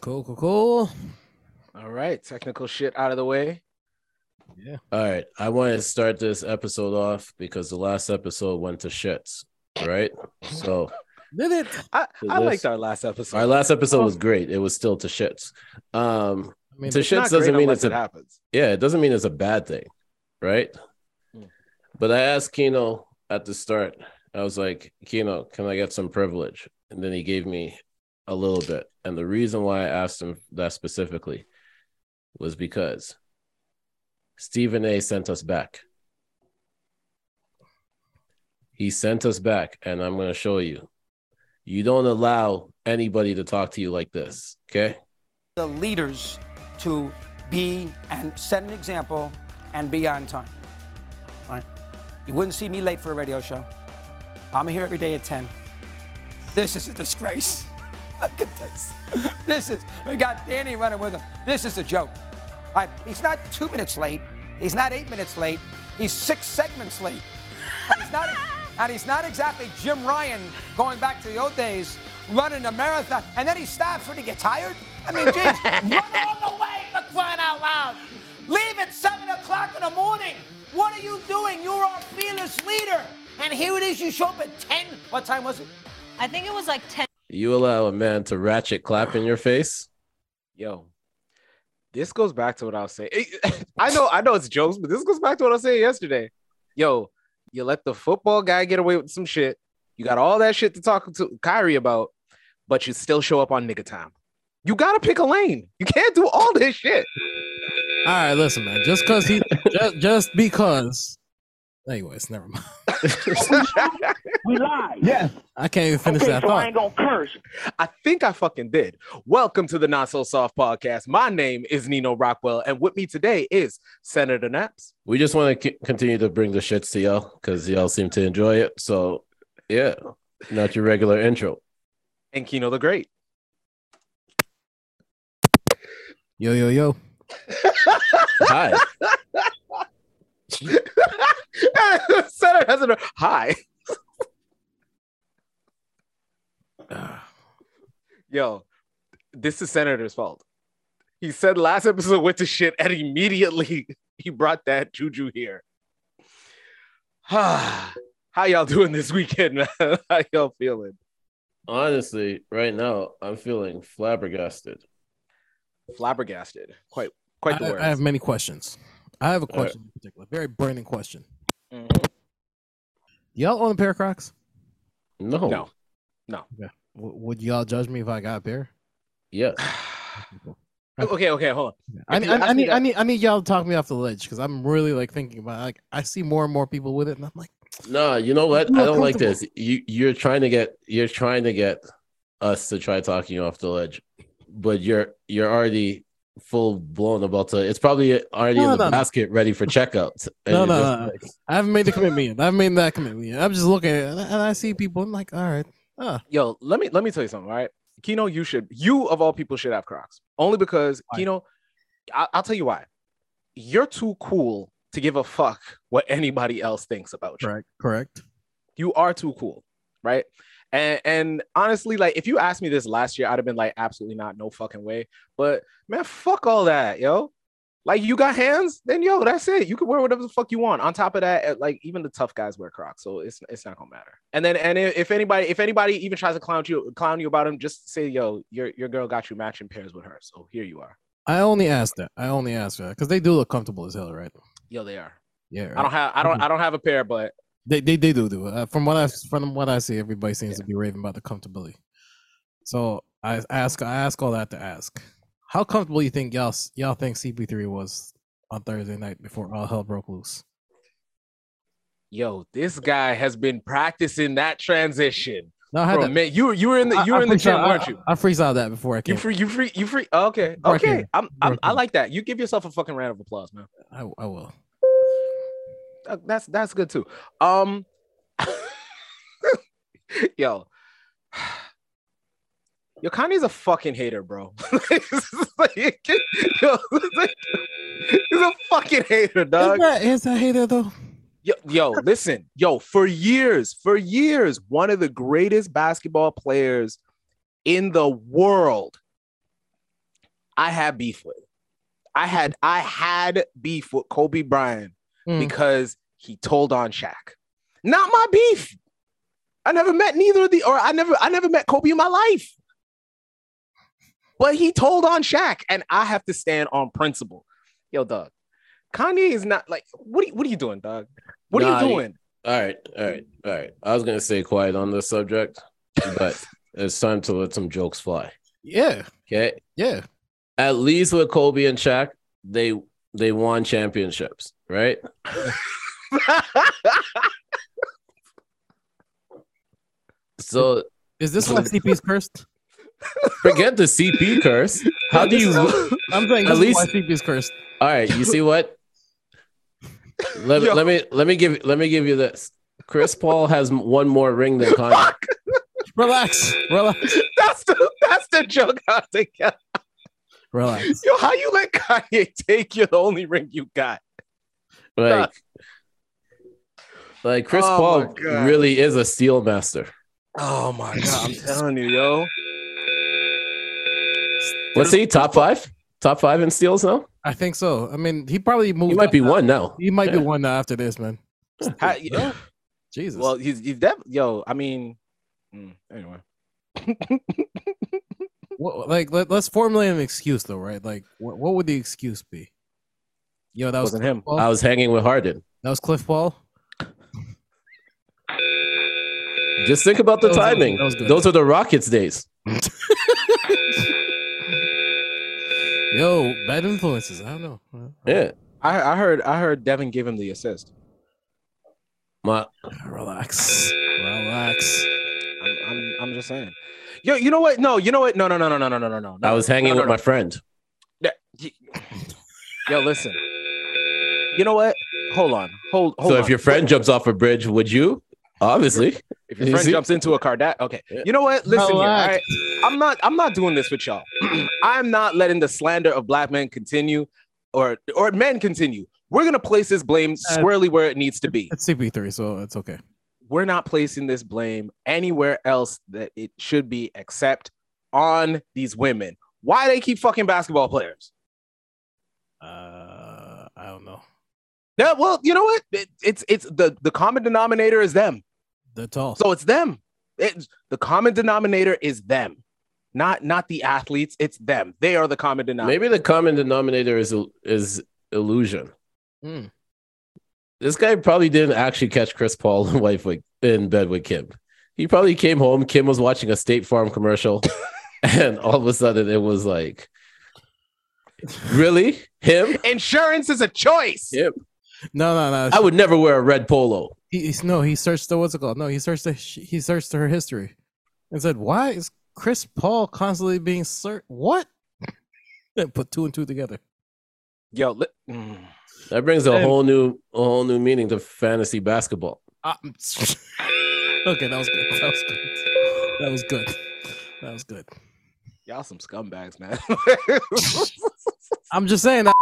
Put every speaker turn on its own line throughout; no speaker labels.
Cool, cool, cool.
All right, technical shit out of the way.
Yeah.
All right, I want to start this episode off because the last episode went to shits, right? So
Did it?
I,
Is
I
this-
liked our last episode.
our last episode was great. It was still to shits. Um,
I mean,
to
Oh. It's not
shits
great
doesn't mean
unless
it's a
it happens.
yeah, it doesn't mean it's a bad thing, right?
Mm.
But I asked Kino at the start, I was like, Kino, can I get some privilege? And then he gave me a little bit. And the reason why I asked him that specifically was because Stephen A sent us back. He sent us back, and I'm going to show you. You don't allow anybody to talk to you like this, okay?
the leaders to be and set an example and be on time. Right? You wouldn't see me late for a radio show. I'm here every day at 10. This is a disgrace. Look at this. This is, we got Danny running with him. This is a joke. Right, He's not two minutes late. He's not eight minutes late. He's six segments late. And he's not, and he's not exactly Jim Ryan going back to the old days running a marathon. And then he stops when he gets tired. I mean, geez, run all the way for crying out loud. Leave at 7 o'clock in the morning. What are you doing? You're our fearless leader. And here it is, you show up at 10. What time was it?
I think it was like 10
You allow a man to ratchet clap in your face?
Yo, this goes back to what I was saying. I know, I know it's jokes, but this goes back to what I was saying yesterday. Yo, you let the football guy get away with some shit. You got all that shit to talk to Kyrie about, but you still show up on nigga time. You gotta pick a lane. You can't do all this shit.
All right, listen, man. Just because he, just, just because. Anyways, never mind.
We live. Yes.
I can't even finish
Okay,
that
so I
thought.
ain't gonna curse.
I think I fucking did. Welcome to the Not So Soft podcast. My name is Nino Rockwell, and with me today is Senator Naps.
we just want to c- continue to bring the shits to y'all because y'all seem to enjoy it. So, yeah, not your regular intro.
and Kino the Great.
Yo, yo, yo.
Hi,
Senator has a hi. Yo, this is Senator's fault. He said last episode went to shit, and immediately he brought that juju here. How y'all doing this weekend, man? How y'all feeling?
honestly, right now I'm feeling flabbergasted.
Flabbergasted. Quite, quite the Uh,
I,
word.
I have many questions. I have a
All right.
question in particular, very burning question.
Mhm.
Y'all own a pair of Crocs?
No,
No.
W- would y'all judge me if I got a pair?
yes,
okay, okay, hold on.
I,
If
need-
you
I,
ask
I
me
need, I need, I need y'all to talk me off the ledge because I'm really like thinking about. Like, I see more and more people with it, and I'm like,
no. You know what?
I'm
I don't like
uncomfortable.
this. You you're trying to get you're trying to get us to try talking you off the ledge, but you're you're already full blown about to. It's probably already
No,
in
no,
the
no.
basket, ready for checkout. and
No,
you're
no,
just
no, no.
like,
I haven't made the commitment. yet. I haven't made that commitment. yet. I'm just looking at it, and I- and I see people. I'm like, all right, ah,
Yo, let me let me tell you something, all right? Kino, you should you of all people should have Crocs. Only because
Why?
Kino, I, I'll tell you why. You're too cool to give a fuck what anybody else thinks about you.
correct, correct.
You are too cool, right? And and honestly, like if you asked me this last year, I'd have been like, absolutely not, no fucking way. But man, fuck all that, yo. Like you got hands, then yo, that's it. You can wear whatever the fuck you want. On top of that, eh, like even the tough guys wear Crocs, so it's it's not gonna matter. And then and i- if anybody if anybody even tries to clown you clown you about them, just say yo, your your girl got you matching pairs with her, so here you are.
I only asked that. I only asked that because they do look comfortable as hell, right?
Yo, they are.
Yeah,
I don't have I don't I don't have a pair, but
They, they they do do. it. Uh, from what I from what I see, everybody seems to be raving about the comfortability. So I ask I ask all that to ask, how comfortable you think y'all s- y'all think CP3 was on Thursday night before all hell broke loose?
yo, this guy has been practicing that transition.
No, I had
Bro,
that.
man, you you were in the
I-
you were
I
in the
freestyled-
gym,
I-
weren't you?
I, I freestyled that before I came.
You free, you free, you free. Okay,
Right
okay.
here.
I'm, I'm,
Right
I
here.
like that. You give yourself a fucking round of applause, man.
I, I will.
Uh, That's that's good too. Um, yo, yo, Kanye's a fucking hater, bro. It's like- yo, it's like- he's a fucking hater,
Is
dog.
that, is that hater though?
Yo, yo, listen, yo, for years, for years, one of the greatest basketball players in the world I had beef with. I had I had beef with Kobe Bryant
Hmm.
Mm.
because he told on Shaq. Not my beef. I never met neither of the or I never I never met Kobe in my life. But he told on Shaq, and I have to stand on principle. Yo, dog. Kanye is not like what are you, what are you doing, dog? What
Nah,
are
he-
you doing?
All right, all right, all right. I was gonna stay quiet on this subject, but it's time to let some jokes fly.
Yeah,
Okay.
yeah.
At least with Kobe and Shaq, they they won championships, right? So
Is this why CP's cursed?
forget the CP curse. How do you
I'm saying
At
this
least-
is why CP's cursed.
All right, you see what? Let,
Yo.
let me let me give let me give you this. Chris Paul has m- one more ring than Kanye.
Fuck,
Relax, relax,
that's the that's the joke I think.
relax.
Yo, how you let Kanye take your the only ring you got?
Like, like Chris
Oh
Paul
my God.
really is a steel master.
Oh my god, I'm telling you, yo.
What's he top five? Top five in steals now?
I think so. I mean, he probably moved.
He might be
up.
one now.
He might be
Yeah.
one now after this, man.
How, yo
Jesus.
well, he's he's def- yo, I mean mm, anyway.
What, like, let, us formulate an excuse though, right? Like, what, what would the excuse be? Yo, that was
Wasn't him.
Paul?
I was hanging with Harden.
that was Cliff Paul.
Just think about the
That was- that was-
timing.
that was good.
Those are the Rockets days.
Yo, bad influences. I don't know.
Yeah.
I, I heard I heard Devin gave him the assist.
My,
Relax, relax.
I'm, I'm, I'm just saying. Yo, you know what? No, you know what? No, no, no, no, no, no, no, no, no.
I was hanging
no,
with my friend.
no. Yo, listen. You know what? Hold on. Hold hold
so
on.
if your friend jumps off a bridge, would you? Obviously.
if your
you
friend
see-
jumps into a Kardashian, okay.
Yeah.
You know what? Listen here. All
Relax.
right? I'm not I'm not doing this with y'all. I'm not letting the slander of black men continue or or men continue. We're gonna place this blame
Uh,
squarely where it needs to be.
It's CP3, so it's okay.
we're not placing this blame anywhere else that it should be except on these women. Why they keep fucking basketball players?
Uh, I don't know.
Yeah, well, you know what? It- it's it's the the common denominator is them.
That's all.
So it's them. It's, the common denominator is them. Not not the athletes, it's them. They are the common denominator.
Maybe the common denominator is is illusion.
Mm.
This guy probably didn't actually catch Chris Paul in wife with, in bed with Kim. He probably came home. Kim was watching a State Farm commercial, and all of a sudden it was like, really him?
Insurance is a choice.
Him?
no, no, no.
I would never wear a red polo.
He, he's- no, he searched the what's it called? No, he searched the, he searched her history, and said, "Why is Chris Paul constantly being searched? What?" and put two and two together.
Yo, li- mm.
That brings a
And-
whole new a whole new meaning to fantasy basketball.
Uh, okay, that was good. That was good. That was good. That was good.
y'all some scumbags, man.
I'm just saying that.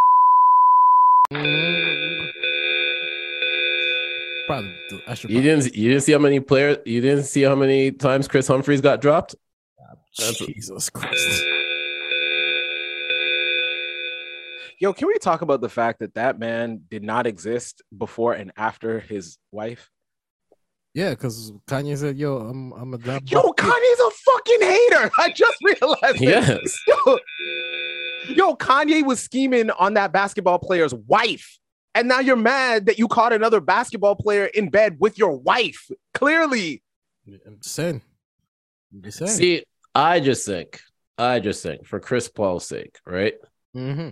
Probably, do- I should.
You
Probably,
didn't you didn't see how many players you didn't see how many times Chris Humphries got dropped. that's a-
Jesus Christ.
Yo, can we talk about the fact that that man did not exist before and after his wife?
Yeah, because Kanye said, "Yo, I'm I'm a dad."
Yo, Kanye's a fucking hater. I just realized. it.
Yes.
Yo, yo, Kanye was scheming on that basketball player's wife. And now you're mad that you caught another basketball player in bed with your wife. Clearly.
I'm just saying. I'm just saying.
See, I just think, I just think for Chris Paul's sake, right?
hmm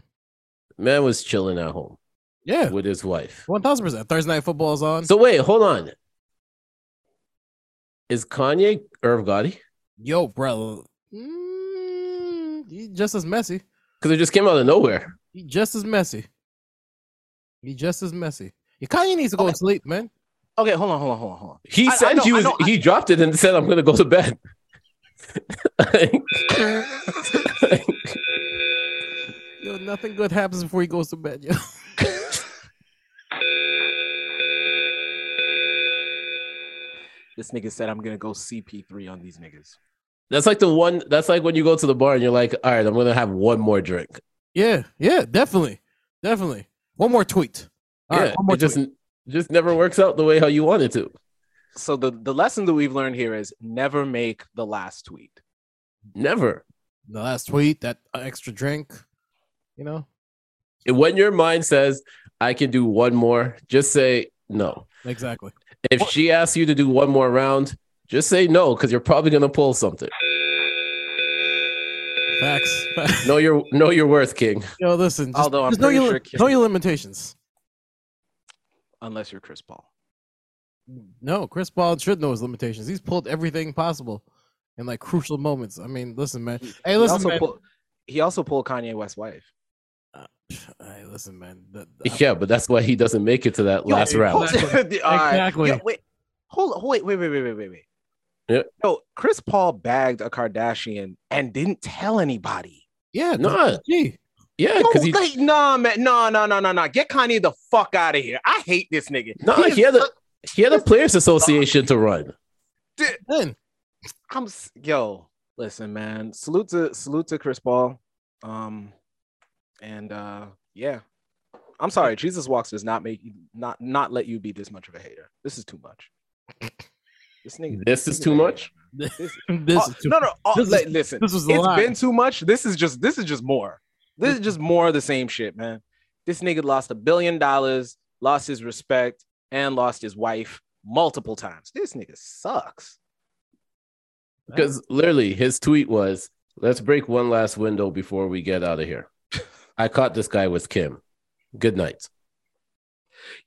Man was chilling at home
Yeah,
with his wife.
one thousand percent. Thursday night football is on.
So wait, hold on. Is Kanye Irv Gotti?
Yo, bro, mm, he just as messy.
Because it just came out of nowhere.
He just as messy. He just as messy. Yeah, Kanye needs to go to sleep, man.
Okay, hold on, hold on, hold on, hold on.
He
I- I
said
know-
he
I
was.
know- I-
he dropped it and said, "I'm gonna go to bed."
Yo, nothing good happens before he goes to bed. Yo,
This nigga said I'm gonna go CP3 on these niggas.
That's like the one. That's like when you go to the bar and you're like, all right, I'm gonna have one more drink.
Yeah, yeah, definitely, definitely. One more tweet. All
yeah,
right, one more
it just
tweet.
just never works out the way how you want it to.
So the the lesson that we've learned here is never make the last tweet.
Never.
The last tweet, that extra drink, you know,
When your mind says I can do one more, just say no.
exactly.
If she asks you to do one more round, just say no because you're probably gonna pull something.
Facts. Facts.
Know your know your worth, King.
Yo, listen. Just,
Although I'm
just know,
pretty
your,
sure Kim-
know your limitations.
Unless you're Chris Paul.
No, Chris Paul should know his limitations. He's pulled everything possible in like crucial moments. I mean, listen, man. Hey,
He
listen,
also,
man.
pulled, he also pulled Kanye West's wife.
Hey, listen, man. The- the-
Yeah, but that's why he doesn't make it to that
Yo,
last round.
hold- All right.
Exactly.
Yo, wait, hold on. Wait, wait, wait, wait, wait, wait, wait.
Yeah.
Yo, Chris Paul bagged a Kardashian and didn't tell anybody.
yeah,
Nah,
gee.
yeah,
Yo,
because he
like, nah, man, no, no, no, no, no. Get Kanye the fuck out of here. I hate this nigga.
no,
He
he
is
had a
such-
he had a players association to run.
Then
I'm s- yo. Listen, man. Salute to salute to Chris Paul. Um, and uh, yeah. I'm sorry. Jesus walks does not make you not not let you be this much of a hater. This is too much. This nigga.
This is too much.
this
Oh,
is too,
no, no. oh,
this is-
like, listen,
this was a
it's
lie.
been too much. This is just this is just more. This is just more of the same shit, man. This nigga lost a billion dollars, lost his respect, and lost his wife multiple times. This nigga sucks.
Because literally, his tweet was, "Let's break one last window before we get out of here." I caught this guy with Kim. Good night.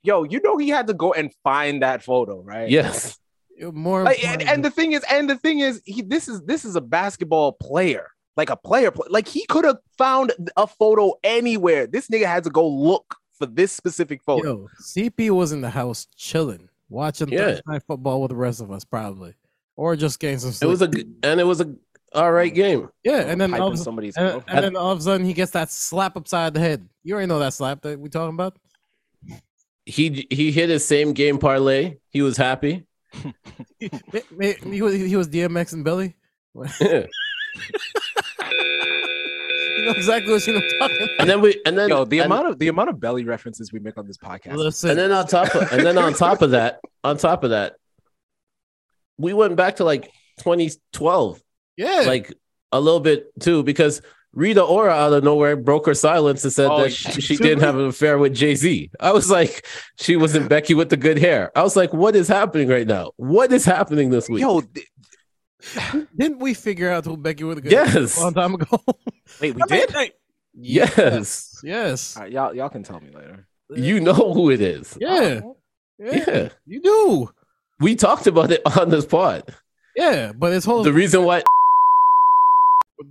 Yo, you know he had to go and find that photo, right?
Yes,
more.
Like, and,
important-
and the thing is, and the thing is, he this is this is a basketball player, like a player, pl- like he could have found a photo anywhere. This nigga had to go look for this specific photo.
Yo, CP was in the house chilling, watching
Yeah.
Thursday night football with the rest of us, probably, or just getting some
it
sleep.
was a g- and it was a all right game.
yeah, and then
Hyping
all of, a-
somebody's
and,
girlfriend.
and then all of a sudden he gets that slap upside the head. You already know that slap that we talking about.
He he hit his same game parlay. He was happy.
He, he, he was, he was DMX and Billy.
and
You know exactly what you am talking. About.
then we and then
Yo, the
and-
amount of the amount of belly references we make on this podcast.
Listen,
and then on top of, and then on top of that, on top of that, we went back to like 2012,
yeah,
like a little bit too, because Rita Ora out of nowhere broke her silence and said
Oh,
that
she-
she, didn't have an affair with Jay Z. I was like, she wasn't Becky with the good hair. I was like, what is happening right now? What is happening this week?
Yo, th-
didn't we figure out who Becky would have
yes,
a long time ago?
wait, we
I mean,
did.
like,
yes,
yes,
All right, y'all, y'all can tell me later.
you know who it is.
yeah, yeah,
yeah.
you do.
We talked about it on this pod.
Yeah, but his whole
The reason why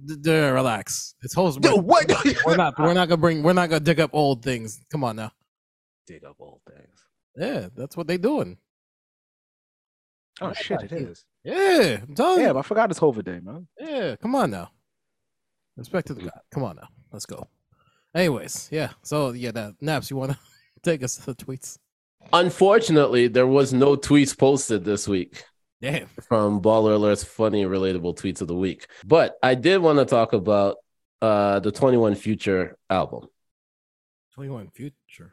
D- d- relax. It's host.
Yo, what?
We're not. We're not gonna bring. We're not gonna dig up old things. Come on now.
Dig up old things.
Yeah, that's what they doing.
Oh shit, it is.
Yeah, I'm telling
Yeah,
you.
I forgot it's COVID day, man.
Yeah, come on now. Respect to the God. Come on now. Let's go. Anyways, yeah. So yeah, that naps. You wanna take us to the tweets?
Unfortunately, there was no tweets posted this week
Damn.
from Baller Alert's funny and relatable tweets of the week. But I did want to talk about uh, the 21 Future album.
Twenty one future.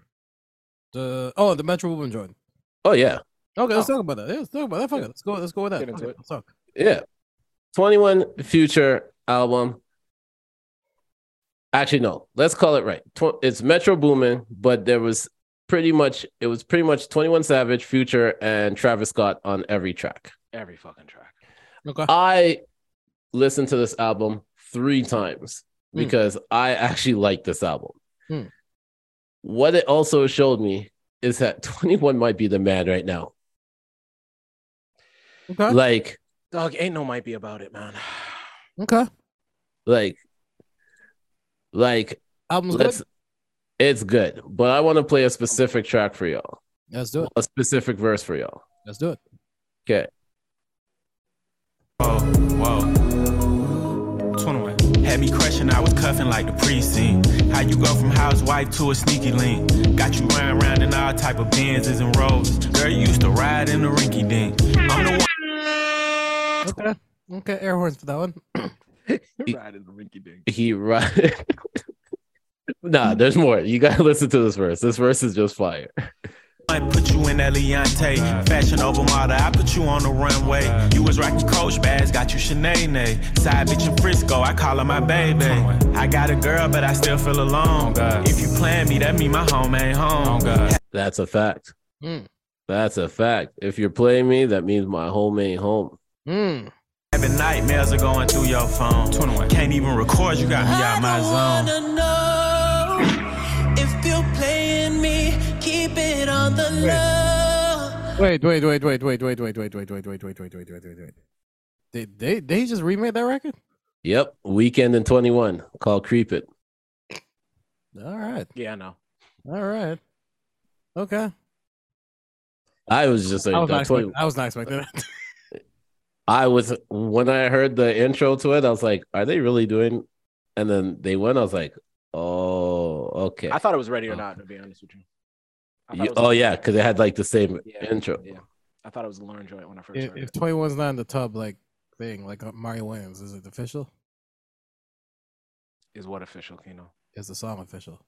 The oh the Metro Woman joined.
Oh yeah,
Okay, let's talk about that. Yeah, let's talk about that. Fuck it. Let's go. Let's go with that.
Get into
Okay,
it.
Let's talk.
yeah. 21 Future album. Actually, no. Let's call it right. Tw- it's Metro Boomin, but there was pretty much it was pretty much 21 Savage, Future, and Travis Scott on every track.
Every fucking track.
Okay.
I listened to this album three times
Hmm.
because I actually like this album.
Hmm.
What it also showed me is that 21 might be the man right now.
Okay.
Like,
Dog, ain't no might be about it, man.
Okay.
like, like,
Album's good.
let's, it's good, but I want to play a specific track for y'all,
Let's do it.
a specific verse for y'all.
Let's do it.
Okay.
Whoa, whoa. 21. Had me crushing, I was cuffing like the precinct. How you go from housewife to a sneaky link? Got you running around in all type of Benzes and Rolls. Girl, you used to ride in the rinky dink. I'm the one.
Okay. Okay, air horns for that one.
Riding the rinky dink.
He right.
Hmm.
nah, there's more. You gotta listen to this verse. This verse is just fire.
I put you in Eliante, fashion over model. I put you on the runway. You was rocking Coach bags, got you Shanae. Side bitch in Frisco, I call her my baby. I got a girl, but I still feel alone. If you plan me, that mean my home ain't home.
That's a fact.
Mm.
That's a fact. If you're playing me, that means my home ain't home.
Hmm.
Mm.
Having nightmares are going through your phone. Can't even record, you got me out my zone.
Wait, wait, wait, wait, wait, wait, wait, wait, wait, wait, wait, wait, wait, wait, wait, wait, wait. They they they just remade that record?
Yep. Weekend in 21 called Creep It.
All right.
Yeah, I know.
All right. Okay.
I was just like,
I was not
that 20
expecting, I was not expecting that.
I was when I heard the intro to it, I was like, are they really doing? And then they went, I was like, oh, okay.
I thought it was ready or
Oh.
not, to be honest with you. I thought
You-
it was-
oh, yeah, because they had like the same
Yeah,
intro.
Yeah. I thought it was a Lauren joint when I first
if
heard it.
if 21's not in the tub like thing, like uh, Mario Williams, is it official?
Is what official, Kino?
Is the song official?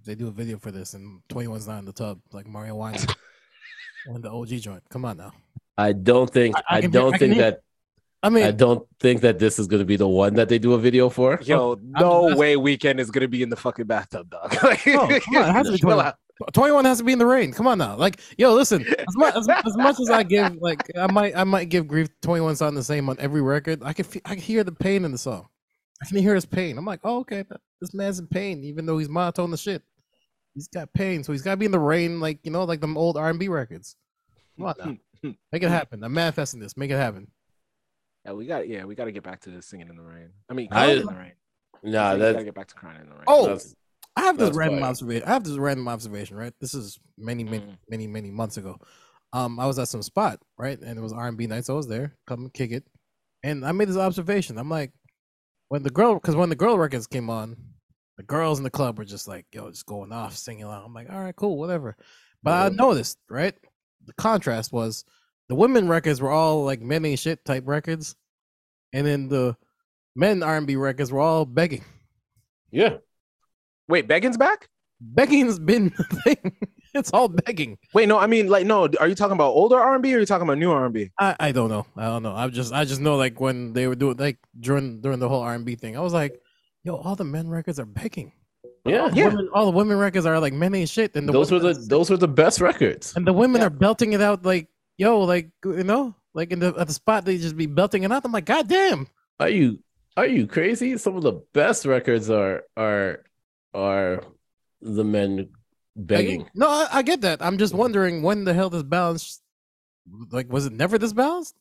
If they do a video for this and 21's not in the tub, like Mario Williams on the OG joint. Come on now.
I don't think,
I
I,
can-
don't
I can
think
hear-
that,
I
I
mean,
don't think that this is going to be the one that they do a video for.
Yo, no
just-
way weekend is gonna be in the fucking bathtub, dog. Like,
Oh, come on, it has to be
chill
21.
out.
21 has to be in the rain. Come on now. Like, yo, listen, as much as, as much as I give like I might I might give grief 21's on the same on every record, I can fe- I can hear the pain in the song. I can hear his pain. I'm like, "Oh, okay, th- this man's in pain even though he's monotone the shit. He's got pain, so he's got to be in the rain like, you know, like them old R&B records. Come on now. Make it happen. I'm manifesting this. Make it happen.
Yeah, we got yeah, we gotta get back to this singing in the rain. I mean
I-
crying in the rain.
Nah,
we gotta
that,
get back to crying in the rain.
Oh,
that's,
I have this
That's
random
fire. Mm.
observation. I have this random observation, right? This is many, many,
Mhm.
many, many months ago. Um, I was at some spot, right, and it was R and B night, so I was there. Come kick it, and I made this observation. I'm like, when the girl, because when the girl records came on, the girls in the club were just like, yo, just going off, singing along. I'm like, all right, cool, whatever. But I noticed, right, the contrast was the women records were all like men ain't shit type records, and then the men R and B records were all begging.
yeah.
Wait, Begging's back?
begging's been the thing. It's all begging.
Wait, no, I mean like no, are you talking about older R and B or are you talking about new R and B?
I, I don't know. I don't know. I just I just know like when they were doing like during during the whole R and B thing, I was like, yo, all the men records are begging.
Yeah.
All the women- all the women records are like men ain't shit. And the
Those were
women,
the, those were the best records.
and the women
yeah.
are belting it out like yo, like you know, like in the at the spot they just be belting it out. I'm like, god damn.
Are you are you crazy? Some of the best records are are are the men begging.
No, I, I get that. I'm just wondering when the hell this balance, like, was it never this balanced?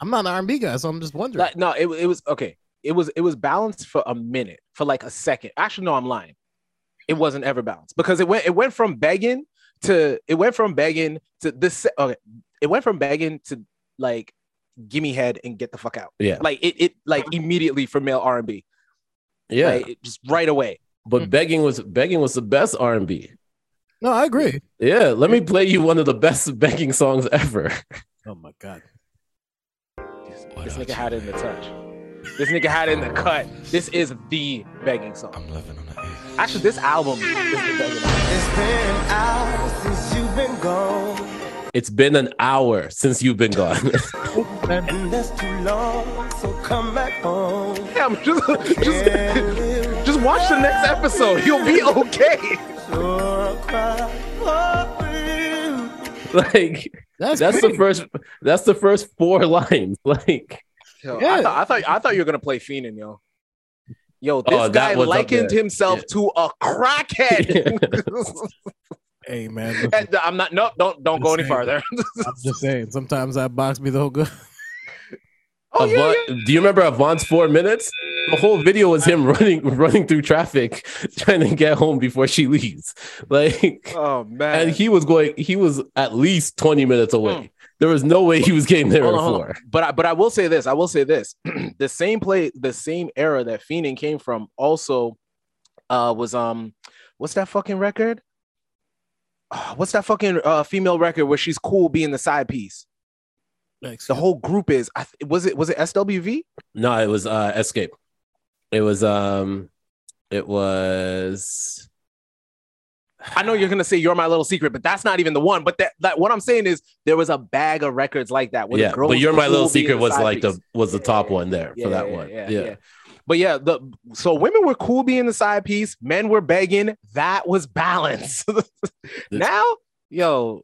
I'm not an R&B guy, so I'm just wondering.
Like, no, it, it was okay. It was it was balanced for a minute, for like a second. Actually, no, I'm lying. It wasn't ever balanced because it went it went from begging to it went from begging to this. se- Okay, it went from begging to like give me head and get the fuck out.
Yeah.
like it it like immediately for male R and B.
Yeah,
just right Hmm. away.
but begging was begging was the best R and B.
no, I agree.
Yeah, let me play you one of the best begging songs ever.
Oh my god.
This, this nigga had it in the touch. This nigga had it in the cut. This is the begging song. I'm living on the Actually, this album is the begging. Song.
It's been an hour since you've been gone.
Yeah, I'm just, just, just watch the next episode. You'll be okay.
like
That's
that's the
crazy.
first that's the first four lines. Like
Yo,
Yeah.
I, thought, I thought I thought you were gonna play Feenan, yo. Yo, this
Oh, that
guy
was up
likened
there.
himself
Yeah.
to a crackhead.
Hey man, listen,
And I'm not. No, don't don't go any
Insane.
farther.
I'm just saying. Sometimes that box be the whole good.
oh yeah,
Avant-
yeah.
do you remember Avant's four minutes? The whole video was him running running through traffic trying to get home before she leaves. Like
Oh man.
and he was going he was at least 20 minutes away. There was no way he was getting there
Hold
before.
on, hold on. But I, but I will say this. I will say this. the same play, the same era that Feenan came from, also uh, was um, what's that fucking record? Ah, What's that fucking uh, female record where she's cool being the side piece?
Thanks.
The whole group is. I th- was it was it SWV?
No, it was uh Escape. It was um it was
I know you're gonna say you're my little secret, but that's not even the one. But that, that what I'm saying is there was a bag of records like that. where the
yeah,
girls
but you're my
would
little
all be in
secret was
side
like the
piece.
was the
Yeah,
top
yeah,
one there
yeah,
for that
yeah,
one.
Yeah,
yeah.
yeah. But yeah, the so women were cool being the side piece, men were begging. That was balance. now, yo,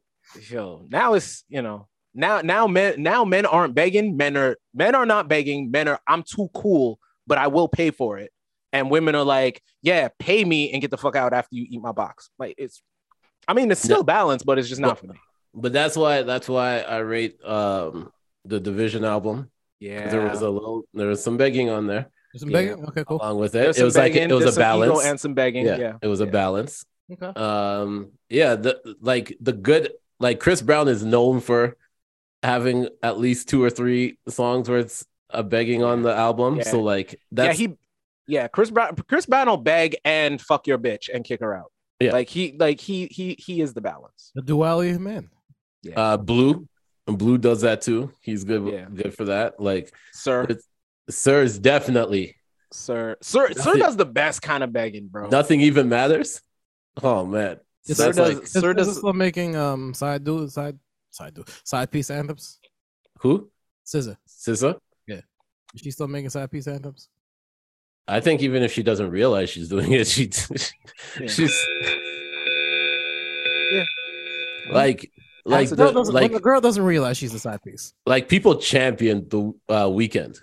yo, now it's you know now now men now men aren't begging. Men are men are not begging. Men are I'm too cool, but I will pay for it. And women are like, yeah, pay me and get the fuck out after you eat my box. Like it's, I mean, it's still balance, but it's just not for me.
But that's why that's why I rate um the Division album. 'cause
Yeah,
There was a little there was some begging on there
Some
Yeah.
bacon? Okay, cool.
along with
There's
it. It
some
was like it
begging,
was
there's
a
some ego
balance.
and some begging.
yeah,
Yeah,
it was a balance.
Okay.
Um, yeah, the like the good like Chris Brown is known for having at least two or three songs where it's a begging on the album.
Yeah.
So like that's
yeah, he yeah, Chris Brown Chris Brown will beg and fuck your bitch and kick her out.
Yeah.
Like he like he he he is the balance.
The duality of men.
uh Blue. Blue does that too. He's good
Yeah.
good for that. Like
Sir,
It's- Sir is definitely
sir, sir, sir
it.
does the best kind of begging, bro.
nothing even matters. Oh man.
Yes,
sir
Sir
that's
does
does
like,
Is
sir
SZA
does
still making um side dude side side dude side piece anthems?
who?
SZA.
SZA?
Is she still making side piece anthems?
I think even if she doesn't realize she's doing it, she
Yeah.
she's
Yeah.
like like
the girl,
the,
doesn't,
like
when the girl doesn't realize she's a side piece.
like people championed the uh, weekend,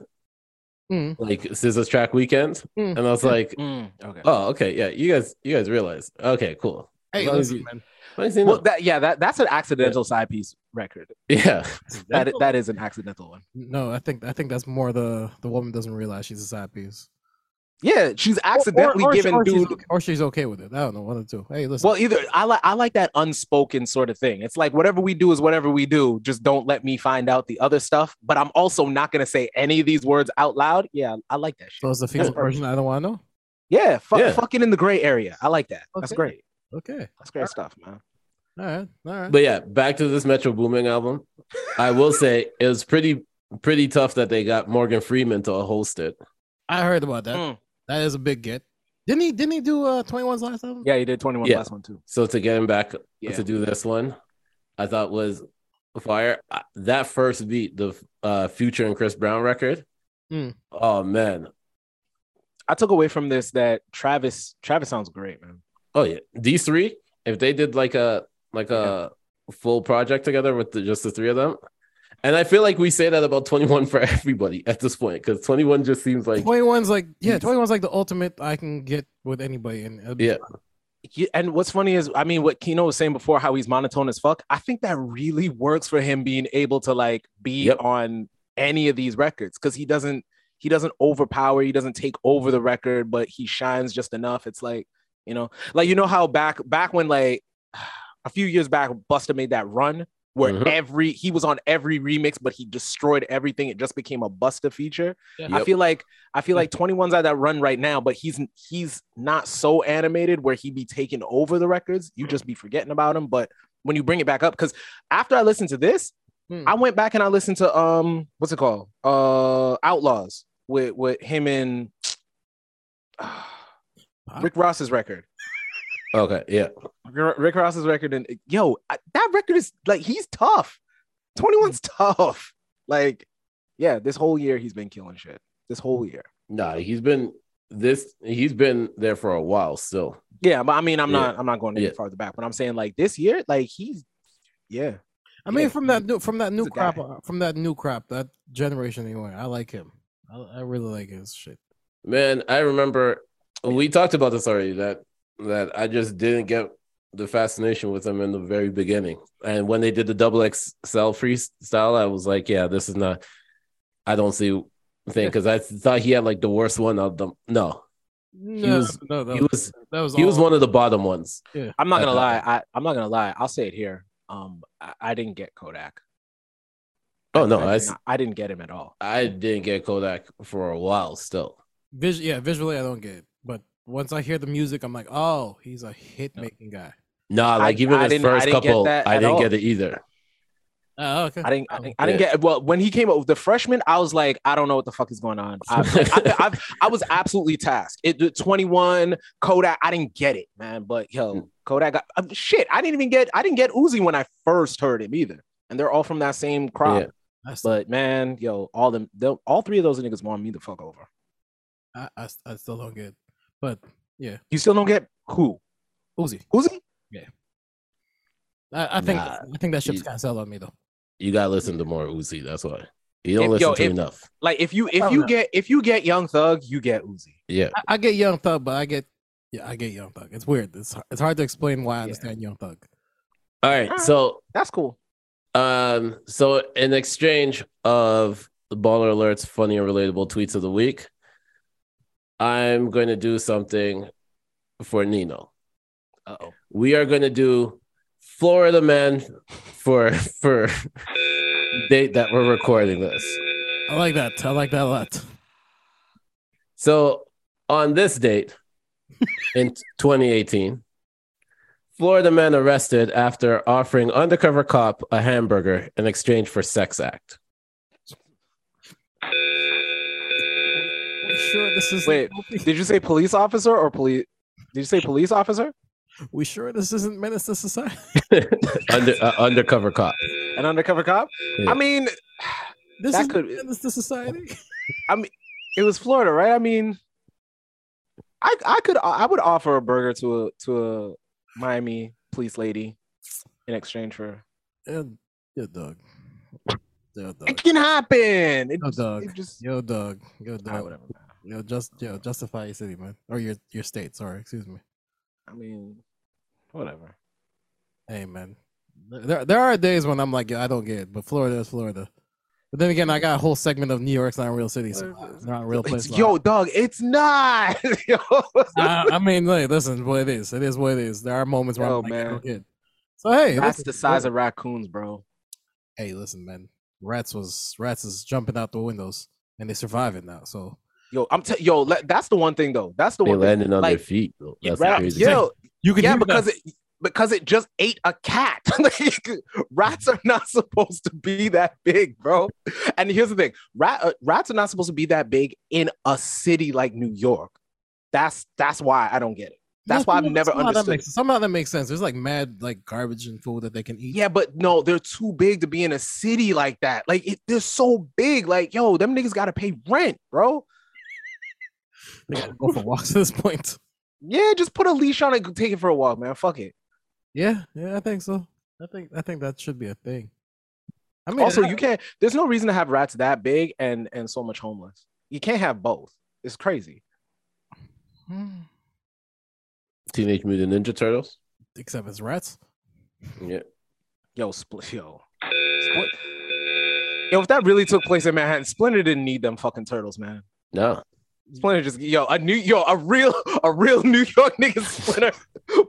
Mm.
like SZA's track weekend,
Mm.
and I was like,
Mm, okay.
oh okay, yeah, you guys you guys realize, okay, cool. As
Hey,
long as
listen,
you-
man.
Why is he
well,
not-
that yeah, that that's an accidental side piece record.
yeah,
That i- that is an accidental one.
No, I think I think that's more the the woman doesn't realize she's a side piece.
Yeah, she's accidentally
or,
giving
or she's
dude.
okay- or she's okay with it. I don't know one or two. Hey, listen.
Well, either I like I like that unspoken sort of thing. It's like whatever we do is whatever we do. Just don't let me find out the other stuff. But I'm also not gonna say any of these words out loud. Yeah, I like that shit.
so it's the female
perfect.
version. I don't want to know.
Yeah, fuck,
Yeah.
fuck it in the gray area. I like that. That's
Okay.
great.
Okay.
That's great stuff, man.
All right. All right.
but yeah, back to this Metro Booming album. I will say it was pretty pretty tough that they got Morgan Freeman to host it.
I heard about that.
Hmm.
Mm.
That is a big get. Didn't he? Didn't he do uh 21's last album?
Yeah, you did 21
Yeah.
last one too.
So to get him back
Yeah.
to do this one, I thought was fire. I- That first beat, the uh, Future and Chris Brown record.
Mm.
Oh man,
I took away from this that Travis Travis sounds great, man.
oh yeah, these three. If they did like a like a full project together with the, just the three of them, and I feel like we say that about Twenty One for everybody at this point because Twenty One just seems like
21's like yeah,
Yes.
21's like the ultimate I can get with anybody and uh, it'll be
Yeah.
fine.
You- and what's funny is, I mean, what Kino was saying before, how he's monotone as fuck. I think that really works for him being able to like be
Yep.
on any of these records because he doesn't he doesn't overpower, he doesn't take over the record, but he shines just enough. It's like you know, like you know how back back when like a few years back, Busta made that run where
Mhm.
every he was on every remix, but he destroyed everything. It just became a Busta feature. I
Yep.
feel like I feel like 21's at that run right now, but he's he's not so animated where he be taking over the records. You just be forgetting about him. But when you bring it back up, because after I listened to this,
Hmm.
I went back and I listened to um what's it called? Uh Outlaws with with him and Rick Ross's record.
okay, yeah.
Rick Rick Ross's record and yo, I- that record is like he's tough. 21's
Mm.
tough. Like, yeah, this whole year he's been killing shit. This whole year.
Nah, he's been this. He's been there for a while still.
Yeah, but I mean, I'm
Yeah.
not, I'm not going any
Yeah.
farther back. But I'm saying like this year, like he's, yeah,
I mean
Yeah.
from that new from that new
He's a guy.
crop uh, from that new crop that generation anyway. I like him. I, I really like his shit.
Man, I remember we talked about this already that that I just didn't get the fascination with them in the very beginning. And when they did the double XL freestyle, I was like, yeah, this is not I don't see thing because I thought he had like the worst one of them. No,
No,
was-
no, that
he
was,
was
that was
he was
all-
one of the bottom ones.
I'm not gonna
Uh,
lie, I, I'm not gonna lie. I'll say it here. Um, I, I didn't get Kodak.
Oh no,
I,
I
did not- I didn't get him at all.
I didn't get Kodak for a while still.
Vis- yeah, visually I don't get it, but once I hear the music, I'm like, oh, he's a hit making guy.
Nah, like
I-
even
I
his
didn't- I
first
didn't get
couple,
that
I
at
didn't
all.
get it either.
Oh, okay.
I didn't, I
Oh.
didn't, I didn't get well when he came up with the freshman. I was like, I don't know what the fuck is going on. I, I, I, I was absolutely tasked. It the 21 Kodak. I didn't get it, man. But yo, Kodak got uh, shit. I didn't even get. I didn't get Uzi when I first heard him either. And they're all from that same crowd.
Yeah.
That's-
But man, yo, all them, them, all three of those niggas want me the fuck over.
I, I, I still don't get. But yeah,
You still don't get who?
Uzi.
Uzi?
I, I think
Nah,
I think that ship's
he-
kind of sell on me though.
You gotta listen to more Uzi. That's why you don't
If-
listen
yo,
to
if-
enough.
Like if you if
don't
you
know.
get if you get Young Thug, you get Uzi.
Yeah,
I, I get Young Thug, but I get yeah, I get Young Thug. It's weird. It's h- it's hard to explain why I
Yeah.
understand Young Thug.
All right. So,
That's cool.
um, so in exchange of the baller alerts, funny and relatable tweets of the week, I'm going to do something for Nino.
Uh oh.
We are going to do Florida man for for date that we're recording this.
I like that. I like that a lot.
So on this date in 2018, Florida man arrested after offering undercover cop a hamburger in exchange for sex act.
Are you sure this isn't
Wait. Did you say police officer or police? Did you say police officer?
We sure this isn't menace to society?
Under uh, undercover cop.
An undercover cop?
Yeah.
I mean,
This
That
is
could-
menace to society.
it was Florida, right? I mean, I I could I would offer a burger to a to a Miami police lady in exchange for
And yo, dog. Yo,
it
dog.
can happen. It,
Yo, dog.
it just
Yo, dog. Yo,
Ah,
dog.
whatever. man.
Yo, just yo, justify your city, man, or your your state. Sorry, excuse me.
I mean, whatever.
Hey, man. There there are days when I'm like, yeah, I don't get it, but Florida is Florida. But then again, I got a whole segment of New York's not a real city, so it's not a real place.
It's,
so I-
yo, dog, it's not. yo.
I, I mean, like, listen, what it is, it is what it is. There are moments where
Yo,
I'm like, I
man.
don't get it. So hey,
That's
listen,
the size of raccoons, bro.
hey, listen, man. Rats was rats is jumping out the windows and they surviving now. So
Yo, I'm t- yo. le- that's the one thing though. That's the
They
one. Thing.
landed on their
like,
feet. though.
Yeah,
That's the
rap-
crazy. thing.
yo,
you can
yeah,
hear
because
that.
it because it just ate a cat. Like, rats are not supposed to be that big, bro. And here's the thing: rat uh, rats are not supposed to be that big in a city like New York. That's that's why I don't get it. That's why I've
Somehow-
never
somehow
understood.
That makes, somehow that makes sense. There's like mad like garbage and food that they can eat.
Yeah, but no, they're too big to be in a city like that. Like it, they're so big. Like yo, them niggas gotta pay rent, bro.
they gotta go for walks at this point.
Yeah, just put a leash on it, and take it for a walk, man. Fuck it.
Yeah, yeah, I think so. I think I think that should be a thing. I mean,
Also,
I-
you can't. There's no reason to have rats that big and and so much homeless. You can't have both. It's crazy.
Hmm.
Teenage Mutant Ninja Turtles.
except it's rats.
Yeah.
Yo, split. Yo, split. Yo, if that really took place in Manhattan, Splinter didn't need them fucking turtles, man.
No.
Splinter just yo a new yo a real a real New York nigga Splinter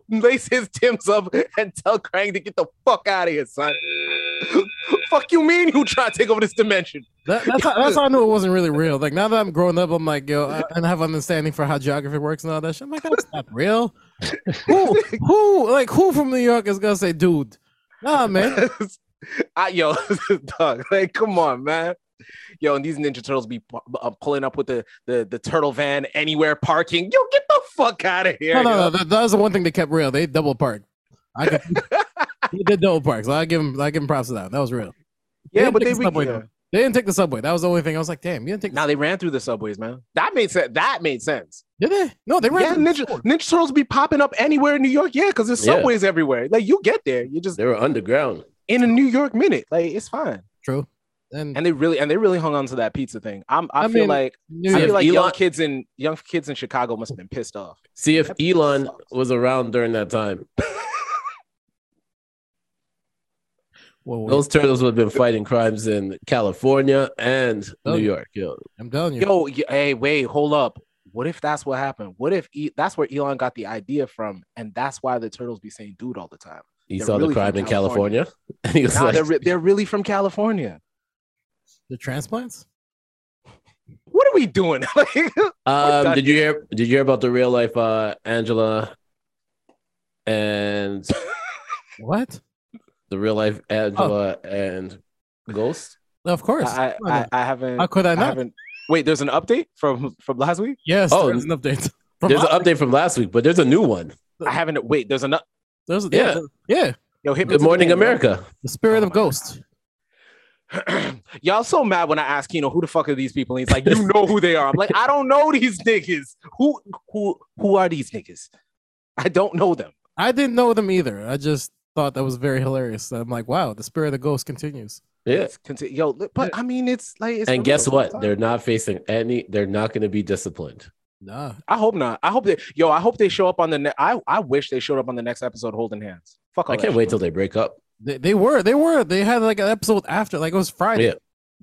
lace his Tim's up and tell Krang to get the fuck out of here, son. fuck you mean you try to take over this dimension?
That, that's how, that's how I knew it wasn't really real. Like now that I'm grown up, I'm like, yo, I, and I have understanding for how geography works and all that shit. I'm like, that's not real. who, who, like, who from New York is gonna say, dude? Nah, man.
I, yo, dog, like come on, man. Yo, and these Ninja Turtles be pu- uh, pulling up with the, the the turtle van anywhere parking. Yo, get the fuck out of here.
No, no,
yo.
no. That, that was the one thing they kept real. They double parked. I could, they did double park, so I give them, I give them props to that. That was real.
Yeah,
didn't
but
take
they
the
we,
subway
yeah.
though. They didn't take the subway. That was the only thing I was like, damn, you didn't take. The,
now they ran through the subways, man. That made sense. That made sense.
did they? No, they ran.
yeah,
through the
Ninja,
store.
Ninja Turtles be popping up anywhere in New York. Yeah, because there's
Yeah.
subways everywhere. Like you get there, you're just
They were underground.
in a New York minute. Like it's fine.
True. And,
And they really and they really hung on to that pizza thing. I'm I,
I
feel
mean,
like
New
I
York,
feel like young
Elon-
kids in young kids in Chicago must have been pissed off.
See if
That place
Elon
sucks.
was around during that time.
whoa, whoa,
Those turtles would have been fighting crimes in California and
Oh.
New York. Yo,
I'm telling you.
Yo, y- hey, wait, hold up. What if that's what happened? What if e- that's where Elon got the idea from, and that's why the turtles be saying "dude" all the time?
he
They're
saw
really
the crime
from
in California. And he was
Nah,
like,
they're, re- they're really from California.
the transplants.
What are we doing? Like,
um,
done
did you hear? Did you hear about the real life uh, Angela and
What?
the real life Angela
Oh.
and Ghost.
No, of course.
I,
Why
I,
not?
I haven't.
How could I
I
not?
haven't. Wait, there's an update from from last week.
yes,
Oh,
there's an update. From
There's an
us.
update from last week, but there's a new one.
I haven't. Wait, there's an.
There's-
yeah.
yeah, yeah.
Yo, hit me
Good
to the
Morning
game, yo.
America.
The spirit
Oh
of
my
ghost.
Y'all so mad when I ask Kino who the fuck are these people? And he's like, you know who they are. I'm like, I don't know these niggas. Who who who are these niggas? I don't know them.
I didn't know them either. I just thought that was very hilarious. I'm like, wow, the spirit of the ghost continues.
Yeah.
It's conti- Yo, li- but I mean, it's like, it's
Uh, And
real.
guess what? They're not facing any. They're not going to be disciplined.
Nah,
I hope not. I hope they. Yo, I hope they show up on the. Ne- I I wish they showed up on the next episode holding hands. Fuck, all
I
that
can't
shit.
wait till they break up.
they, they were, they were, they had like an episode after, like it was Friday.
Yeah.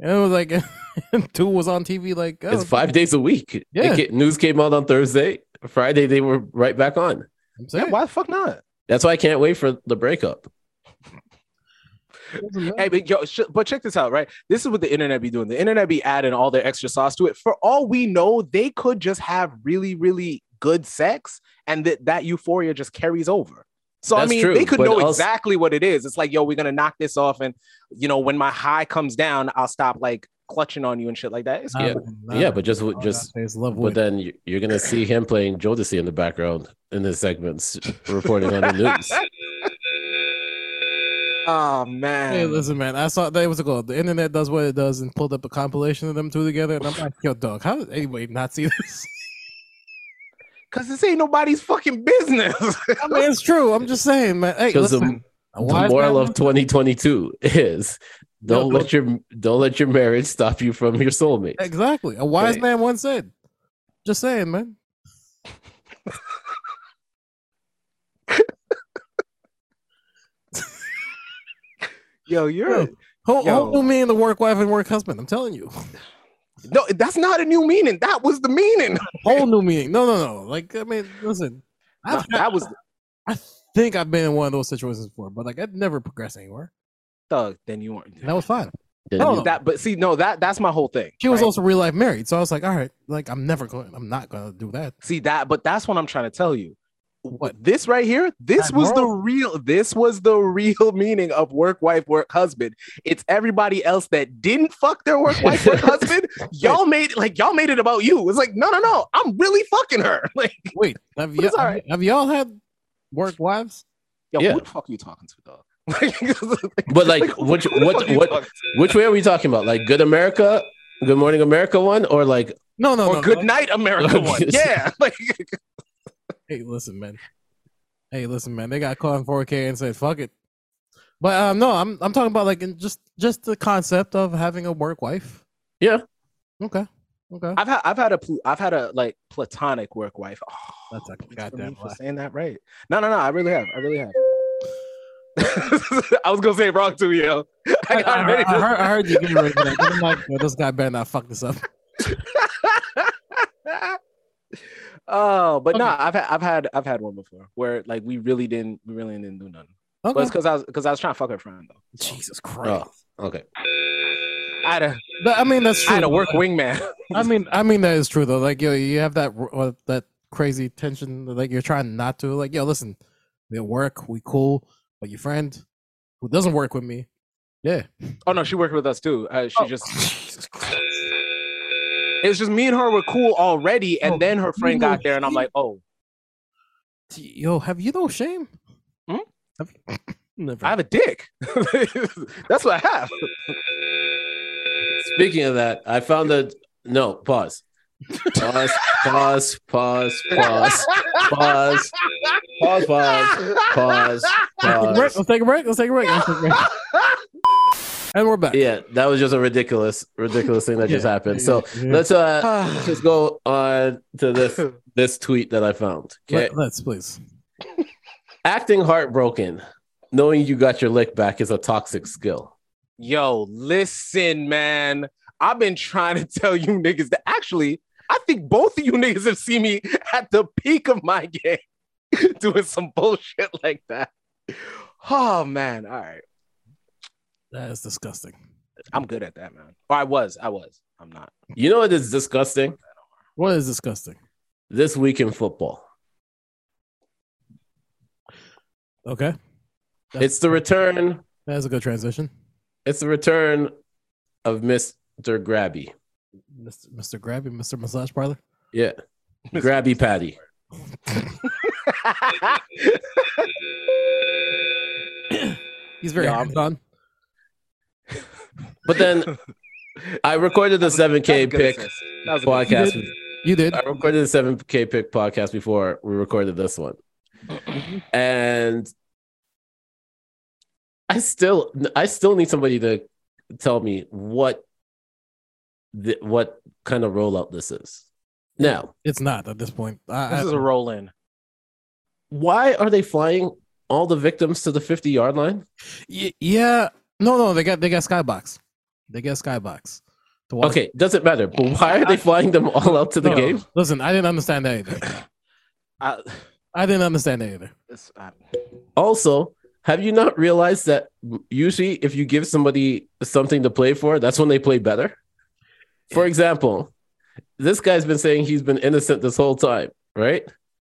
And it was like two was on TV. Like oh,
It's five days a week. It
Yeah.
ca- news came out on Thursday. Friday they were right back on.
I'm
Yeah,
saying,
why the fuck not?
That's why I can't wait for the breakup.
Hey, but yo, sh- but check this out, right? This is what the internet be doing. The internet be adding all their extra sauce to it. For all we know, they could just have really, really good sex, and that that euphoria just carries over. So I
That's
mean,
true,
they could
but
know
also-
exactly what it is. It's like, yo, we're gonna knock this off, and you know, when my high comes down, I'll stop like clutching on you and shit like that. It's
Nah,
yeah.
man, nah,
yeah,
man.
but just
Oh,
just.
that face, love
But
wood.
then you- you're gonna see him playing Jodeci in the background in his segments, reporting on the news.
oh man.
Hey, listen, man. I saw that was a goal. The internet does what it does, and pulled up a compilation of them two together. And I'm like, yo, dog, how did anybody not see this?
Cause this ain't nobody's fucking business.
I mean, it's true. I'm just saying, man. Hey,
Because
listen,
the, the moral of 2022 is don't
No,
let your don't let your marriage stop you from your soulmate.
Exactly. A wise
Right.
man once said. Just saying, man.
yo, you're
Whole,
Yo.
whole new meaning to work wife and work husband. I'm telling you.
no, that's not a new meaning. That was the meaning.
Whole new meaning. No, no, no. Like, I mean, listen. I've,
that was
I think I've been in one of those situations before, but like, I'd never progressed anywhere.
thug. Then you weren't.
And that was fine.
Then
No,
you-
no.
that but see no that that's my whole thing
She was
right?
also real life married, so I was like, all right, like, I'm never going. I'm not going to do that.
see that but that's what i'm trying to tell you
What?
this right here this
That
was the
moral-
real this was the real meaning of work wife work husband it's everybody else that didn't fuck their work wife work husband y'all made like y'all made it about you it's like no no no i'm really fucking her like
Wait, have,
But
y-
it's all right.
have y'all had work wives?
yo
Yeah.
who the fuck are you talking to dog like,
But like,
Like,
which
who the
what
fuck you
what
talking
which way are we talking about? Like Good America, Good Morning America one, or like
No, no,
or
no.
good night america one yeah like
Hey, listen, man. Hey, listen, man. They got caught in 4K and said, "Fuck it." But um, no, I'm I'm talking about like in just just the concept of having a work wife.
Yeah.
Okay. Okay.
i've had i've had a pl- i've had a like platonic work wife oh,
That's a
Thanks for
goddamn
me for
lie.
saying that right. No, no, no. I really have. I really have. I was gonna say it wrong too, yo.
I,
I got
I
ready
heard, I heard- I heard you getting ready for that. 'cause I'm like, yo, this guy better not fuck this up.
to- oh, but no,
Okay.
I've had, I've had, I've had one before where like we really didn't, we really didn't do nothing. But it's
Okay.
because I was, because I was trying to fuck her friend though.
Jesus Christ.
oh okay
I had a,
But, I mean, that's
I
true.
had a work wingman.
I mean, I mean that is true though. Like, yo, you have that uh, that crazy tension. Like, you're trying not to. Like, yo, listen, we at work, we cool, but your friend who doesn't work with me, yeah,
Oh no, she worked with us too. Uh, she
Oh.
just,
Jesus Christ.
it was just me and her were cool already, and
Yo,
then her friend
Oh, you know
got there, and I'm like, oh,
Yo, have you no shame?
Hmm?
Have you- Never.
I have a dick. That's what I have.
speaking of that i found a no pause pause pause pause pause pause pause pause pause
Let's take a break. Let's
pause
take a break. Let's take a break. Let's take a break. and we're back.
yeah that was just a ridiculous ridiculous thing that just
Yeah,
happened
yeah,
so
yeah.
let's uh let's just go on to this this tweet that i found okay
Let, let's please.
acting heartbroken knowing you got your lick back is a toxic skill
Yo, listen, man. I've been trying to tell you niggas that actually, I think both of you niggas have seen me at the peak of my game doing some bullshit like that. Oh man, all right.
That is disgusting.
I'm good at that, man. Or I was, I was. I'm not.
you know what is disgusting
What is disgusting?
this week in football
Okay.
It's the return
That's a good transition.
It's the return of Mr. Grabby.
Mr. Mr. Grabby, Mr. Massage Parlor.
Yeah. Grabby Patty.
He's very
Yeah, I'm-
hands on.
But then I recorded the 7K
That was a good
pick
assist. That was a good
podcast.
You did.
I recorded the 7K pick podcast before we recorded this one. And I still I still need somebody to tell me what the, what kind of rollout this is. Now,
It's not at this point. I,
This
I-
is a roll in.
why are they flying all the victims to the 50 yard line?
Y- yeah. No, no, they got they got skybox. They got skybox. To watch-
Okay, doesn't matter. But why are they flying them all out to the
Oh. No,
game?
Listen, I didn't understand that either.
I,
I didn't understand that either.
it's, I,
Also, have you not realized that usually if you give somebody something to play for, that's when they play better? For example, this guy's been saying he's been innocent this whole time, right?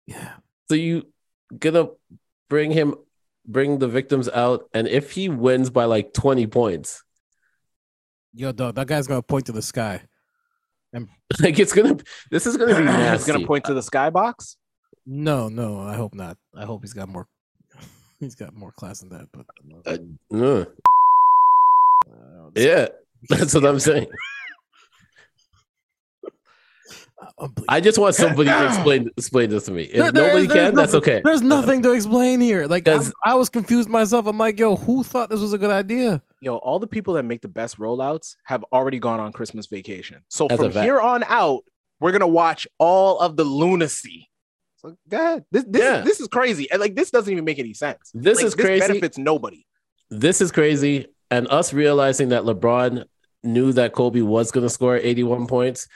Yeah.
So you gonna bring him bring the victims out and if he wins by like 20 points,
Yo, dog, that guy's gonna point to the sky.
like it's gonna this is gonna be
it's
nasty.
gonna point to the skybox.
No, no, I hope not. I hope he's got more. He's got more class than that. But
Uh, Ugh.
Uh,
yeah, that's what I'm saying.
unbelievable.
I just want somebody to explain explain this to me. If
There- there
nobody
is- there's
can, that's
nothing-
okay.
Uh,
There's nothing to explain here. Like I'm-
Does-
I was confused myself. I'm like, yo, who thought this was a good idea?
Yo, all the people that make the best rollouts have already gone on Christmas vacation. So
That's a
from
fact.
here on out, we're gonna watch all of the lunacy. So go ahead. This this,
Yeah.
this is crazy. And like this doesn't even make any sense.
This
Like,
is crazy.
benefits nobody.
This is crazy, and us realizing that LeBron knew that Kobe was going to score 81 points.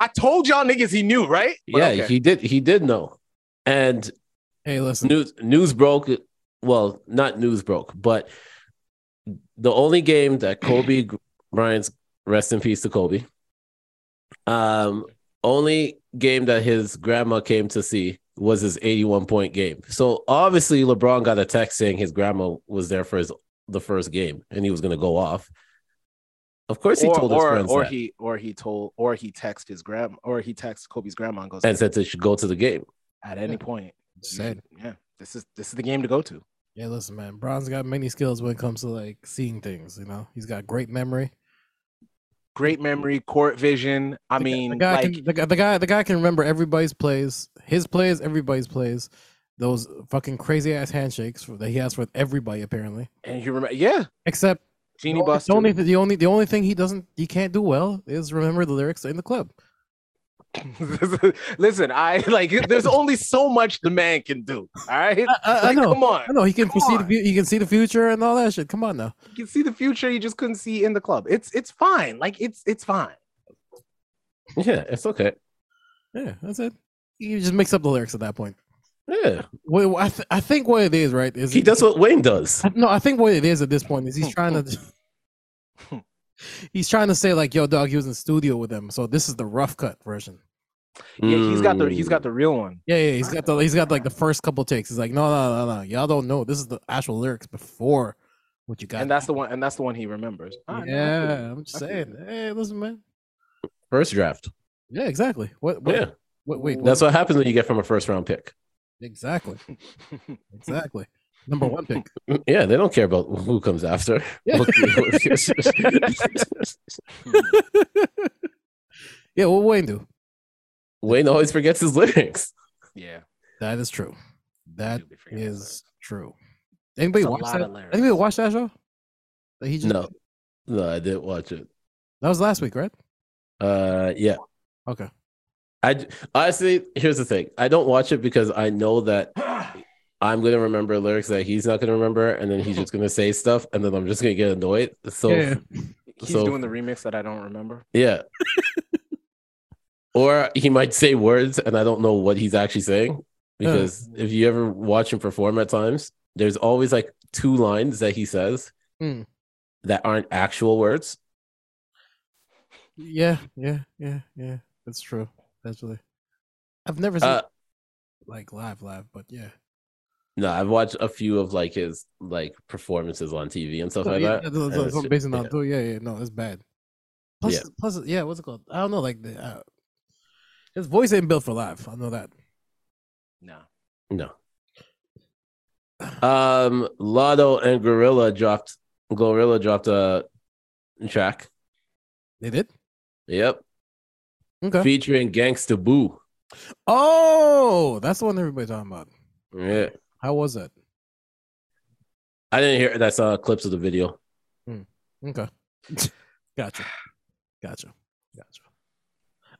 I told y'all niggas he knew, right? But
yeah,
okay.
he did. He did know, and
Hey, listen,
news news broke. Well, not news broke, but the only game that Kobe Bryant's rest in peace to Kobe. Um, only game that his grandma came to see was his 81 point game. So obviously LeBron got a text saying his grandma was there for his the first game and he was going to go off. Of course, he
or,
told his
or,
friends
or
that
he or he told or he texted his grandma or he texted Kobe's grandma and goes
and said they should go to the game.
at any point. you
said.
should- Yeah, this is this is the game to go to.
Yeah, listen, man. Bron's got many skills when it comes to like seeing things. You know, he's got great memory.
Great memory, court vision. I
The guy-
mean,
the guy,
like
can, the, guy- the guy, the guy can remember everybody's plays, his plays, everybody's plays. Those fucking crazy ass handshakes for, that he has with everybody apparently,
and you remember yeah,
except
Genie
the only-
Buster.
The only, the only, the only thing he doesn't, he can't do well is remember the lyrics in the club.
Listen, I like. There's only so much the man can do. All right,
I, I, I
Like,
know,
Come on,
I know. He can
Come
see the,
on.
fu- he can see the future and all that shit. Come on now.
you can see the future. You just couldn't see in the club. It's it's fine. Like it's it's fine.
Yeah, it's okay.
Yeah, that's it. You just mix up the lyrics at that point.
Yeah,
Well, I, th- I think what it is, right? Is
he does what Wayne does.
I- No, I think what it is at this point
Hmm,
is he's trying to. He's trying to say like, "Yo, dog, he was in the studio with them, so this is the rough cut version."
Yeah, he's got the he's got the real one.
Yeah, yeah, he's got the he's got like the first couple takes. He's like, "No, no, no, no, y'all don't know. This is the actual lyrics before what you got."
And that's the one. And that's the one he remembers. All right, no, I feel
yeah,
you.
I'm just
I feel you.
saying. Hey, listen, man.
Mm. first draft.
Yeah, exactly. What? what
Yeah,
What, wait.
that's what happens when you get from a first round
what-
pick.
exactly. Exactly. Number one pick.
Yeah, they don't care about who comes after.
Yeah. Yeah, what Wayne do?
Wayne always forgets his lyrics.
Yeah,
That is true.
I
That
do be forgetting about
is true. Anybody
It's a
watch
lot
that?
of lyrics.
Anybody watch that show? That he just
No, no, I didn't watch it.
That was last week, right?
Uh, yeah,
Okay.
I d- honestly, here's the thing: I don't watch it because I know that I'm gonna remember lyrics that he's not gonna remember, and then he's just gonna say stuff, and then I'm just gonna get annoyed. So yeah,
it. He's
So-
doing the remix that I don't remember.
or he might say words, and I don't know what he's actually saying because if you ever watch him perform at times, there's always like two lines that he says
Mm.
that aren't actual words.
Yeah, yeah, yeah, yeah. That's true. That's really. I've never seen
Uh,
like live, live, but yeah.
No, I've watched a few of like his like performances on TV and stuff
So,
like
Oh, yeah,
that.
that's-
and
that's
it's
what I'm
ju-
basing on
yeah.
too. Yeah, yeah, no, it's bad. Plus,
Yeah.
plus, yeah, what's it called? I don't know. Like the, uh, his voice ain't built for live. I know that.
No.
Um, Lotto and Gorilla dropped. Gorilla dropped a track.
They did.
Yep,
Okay.
featuring Gangsta Boo.
Oh, that's the one everybody's talking about.
Yeah,
How was that?
I didn't hear. That's uh clips of the video.
Okay. Gotcha. Gotcha. Gotcha.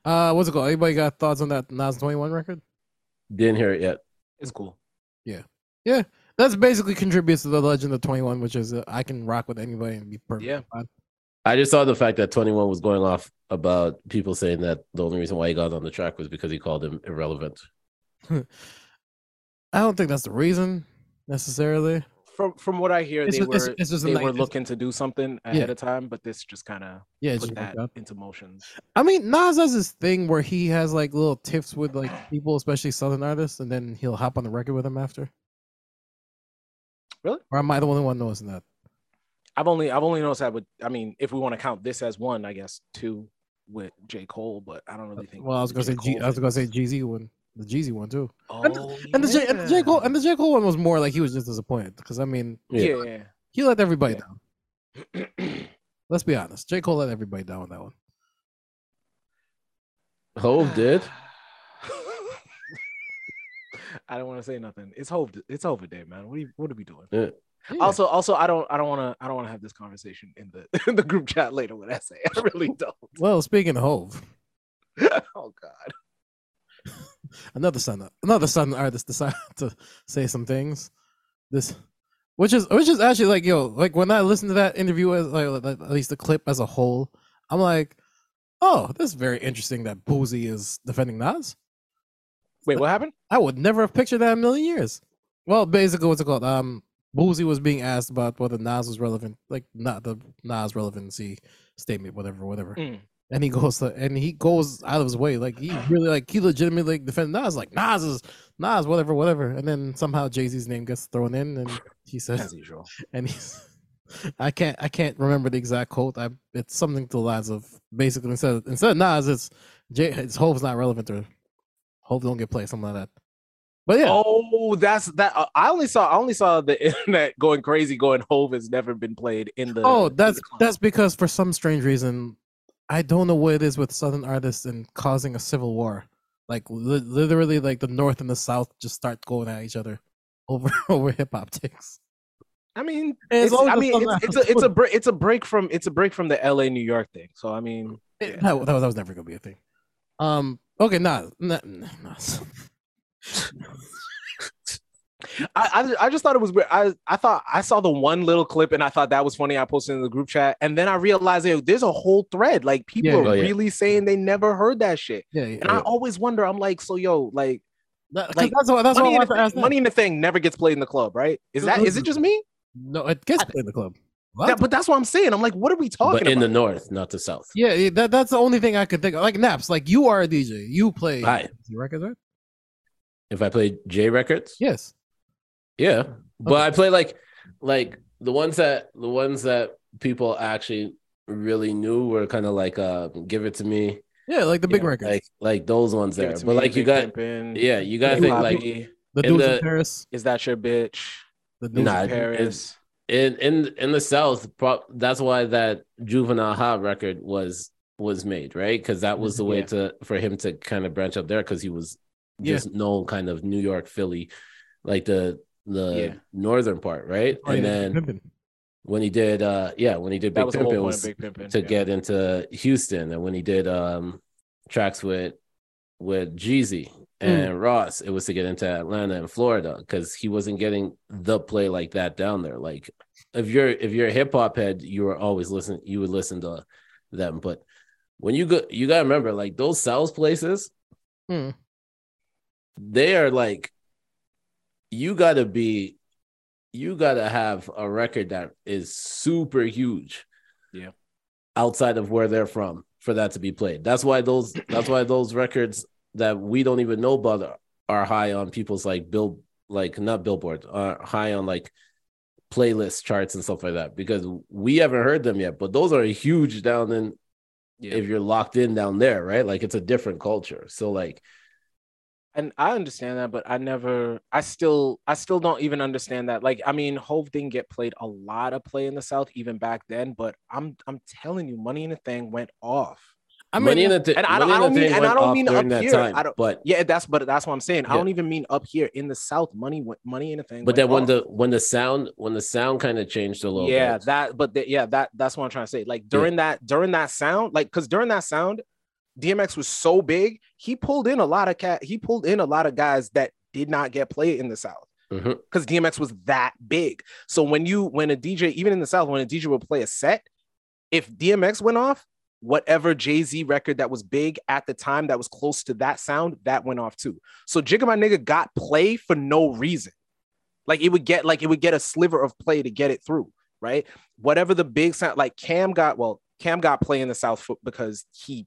Uh, what's it called? Anybody got thoughts on that Nas 21 record?
Didn't hear it yet.
It's cool.
That's basically contributes to the legend of 21, which is uh, I can rock with anybody and be perfect.
Yeah.
I just saw the fact that 21 was going off about people saying that the only reason why he got on the track was because he called him irrelevant.
I don't think that's the reason necessarily.
From from what I hear,
It's
they
ju- it's-
were
it's just a
they
nice-
were
it's-
looking to do something ahead of time, but this just kind of
Yeah, it
put
just
that
worked out.
into motion.
I mean, Nas has this thing where he has like little tiffs with like people, especially Southern artists, and then he'll hop on the record with them after.
Really?
Or am I the only one noticing that?
I've only I've only noticed that with I mean, if we want to count this as one, I guess two with J Cole, but I don't really think.
Well, I was
the
gonna say
J.
G-
Cole
I was
thing
gonna say GZ one, the GZ one too.
was- Oh,
And the, J- and the J
yeah.
Cole and the J Cole one was more like he was just disappointed because I mean
Yeah.
he let everybody
Yeah.
down. Let's be honest, J Cole let everybody down with that one.
Hove did.
I don't want to say nothing. It's hope. It's over day, man. What are you, What are we doing?
Yeah.
Also, also, I don't. I don't want to. I don't want to have this conversation in the in the group chat later with essay. I really don't.
well, speaking of Hove,
oh God.
another son, another son artist decided to say some things. This, which is which is actually like yo, like when I listen to that interview as like like, at least the clip as a whole, I'm like, oh, this is very interesting that Boozy is defending Nas.
Wait, what happened?
I would never have pictured that in a million years. Well, basically, what's it called? Um, Boozy was being asked about whether Nas was relevant, like not the Nas relevancy statement, whatever, whatever.
Mm.
And he goes to, and he goes out of his way, like he really, like he legitimately like defended Nas, like Nas is Nas, whatever, whatever. And then somehow Jay Z's name gets thrown in, and he
As
says,
usual.
and he's, I can't, I can't remember the exact quote. I, it's something to the lines of basically instead, of, instead of Nas, it's Jay, it's Hope's not relevant or Hope don't get played, something like that. But yeah,
Oh, that's that. uh, I only saw. I only saw the internet going crazy. Going Hove has never been played in the.
Oh,
in the
that's
club.
that's because for some strange reason, I don't know what it is with Southern artists and causing a civil war. Like li- literally, like the North and the South just start going at each other over over hip hop takes.
I mean,
As
it's,
long as
I
it's
mean,
something
it's, it's
that's
a it's a
good.
break it's a break from it's a break from the L.A. New York thing. So I mean,
It-
Yeah.
That, wa- that was, that was never gonna be a thing. Um. Okay. Nah. Nah. nah, nah.
I, I I just thought it was weird. I I thought I saw the one little clip and I thought that was funny. I posted in the group chat and then I realized yo, there's a whole thread. Like people
Yeah,
are
oh, yeah.
really saying they never heard that shit.
Yeah. yeah,
And I always wonder. I'm like, so yo, like
That- 'cause
like,
that's what, that's what I
money, in
wanted
the
to ask.
thing,
that.
money in the thing never gets played in the club, right? Is that is it just me?
No, it gets played in the club. What?
That- but that's what I'm saying. I'm like, what are we talking
But in the
about?
north, not the south.
yeah. yeah, That, that's the only thing I could think of. Like Naps. Like you are a DJ. You play
Hi.
records, right?
If I played J records,
Yes.
Yeah, but I play like like the ones that the ones that people actually really knew were kind of like uh give it to me
Yeah. Like the big
Yeah,
records.
like like those ones
Give
there
it to
but
me,
like you
Big
got
Pimpin',
yeah you gotta
Big
think
Papi.
like
Poppy,
the
in
dudes
the-
in Paris.
is that your bitch?
The dudes
Nah,
in
it-
Paris.
in in in the south prob- that's why that juvenile hot record was was made right because that was the way
Mm-hmm, Yeah.
to for him to kind of branch up there because he was
Yeah.
just known kind of new york philly like the the
Yeah.
northern part right
Oh,
and
yeah,
then
Pimpin'.
when he did uh yeah when he did
That
big
was the whole
Pimpin',
point
was-
of Big Pimpin'.
to
yeah.
get into Houston, and when he did um tracks with with Jeezy and Ross, it was to get into Atlanta and Florida because he wasn't getting the play like that down there. Like if you're if you're a hip hop head, you were always listen you would listen to them, but when you go, you gotta remember like those sales places,
Hmm.
they are like you gotta be you gotta have a record that is super huge
Yeah.
outside of where they're from for that to be played that's why those that's why those records that we don't even know about are, are high on people's like bill like not Billboard, uh, high on like playlist charts and stuff like that because we haven't heard them yet. But those are huge down in
Yeah.
if you're locked in down there, right? Like it's a different culture. So like
and I understand that, but I never, I still, I still don't even understand that. Like, I mean, Hove didn't get played a lot of play in the South even back then, but I'm, I'm telling you, Money in the Thing went off.
I mean,
money in the Thi-
and I don't-
Money in
I don't
the
mean- and
Thing
I
went
don't
off
mean
during
up
that
here.
time,
I don't-
but
Yeah, that's but that's what I'm saying. I
Yeah.
don't even mean up here in the South. Money, went, money in the thing.
but
went
then when
off.
the when the sound when the sound kind of changed a little
yeah
bit.
that but the, yeah that that's what i'm trying to say like during that during that sound like because during that sound dmx was so big he pulled in a lot of cat he pulled in a lot of guys that did not get played in the south because
Mhm.
dmx was that big so when you when a dj even in the south when a dj would play a set if dmx went off whatever jay-z record that was big at the time that was close to that sound that went off too so jigga my nigga got play for no reason like it would get like it would get a sliver of play to get it through right? Whatever the big sound, like Cam got well, Cam got play in the South foot because he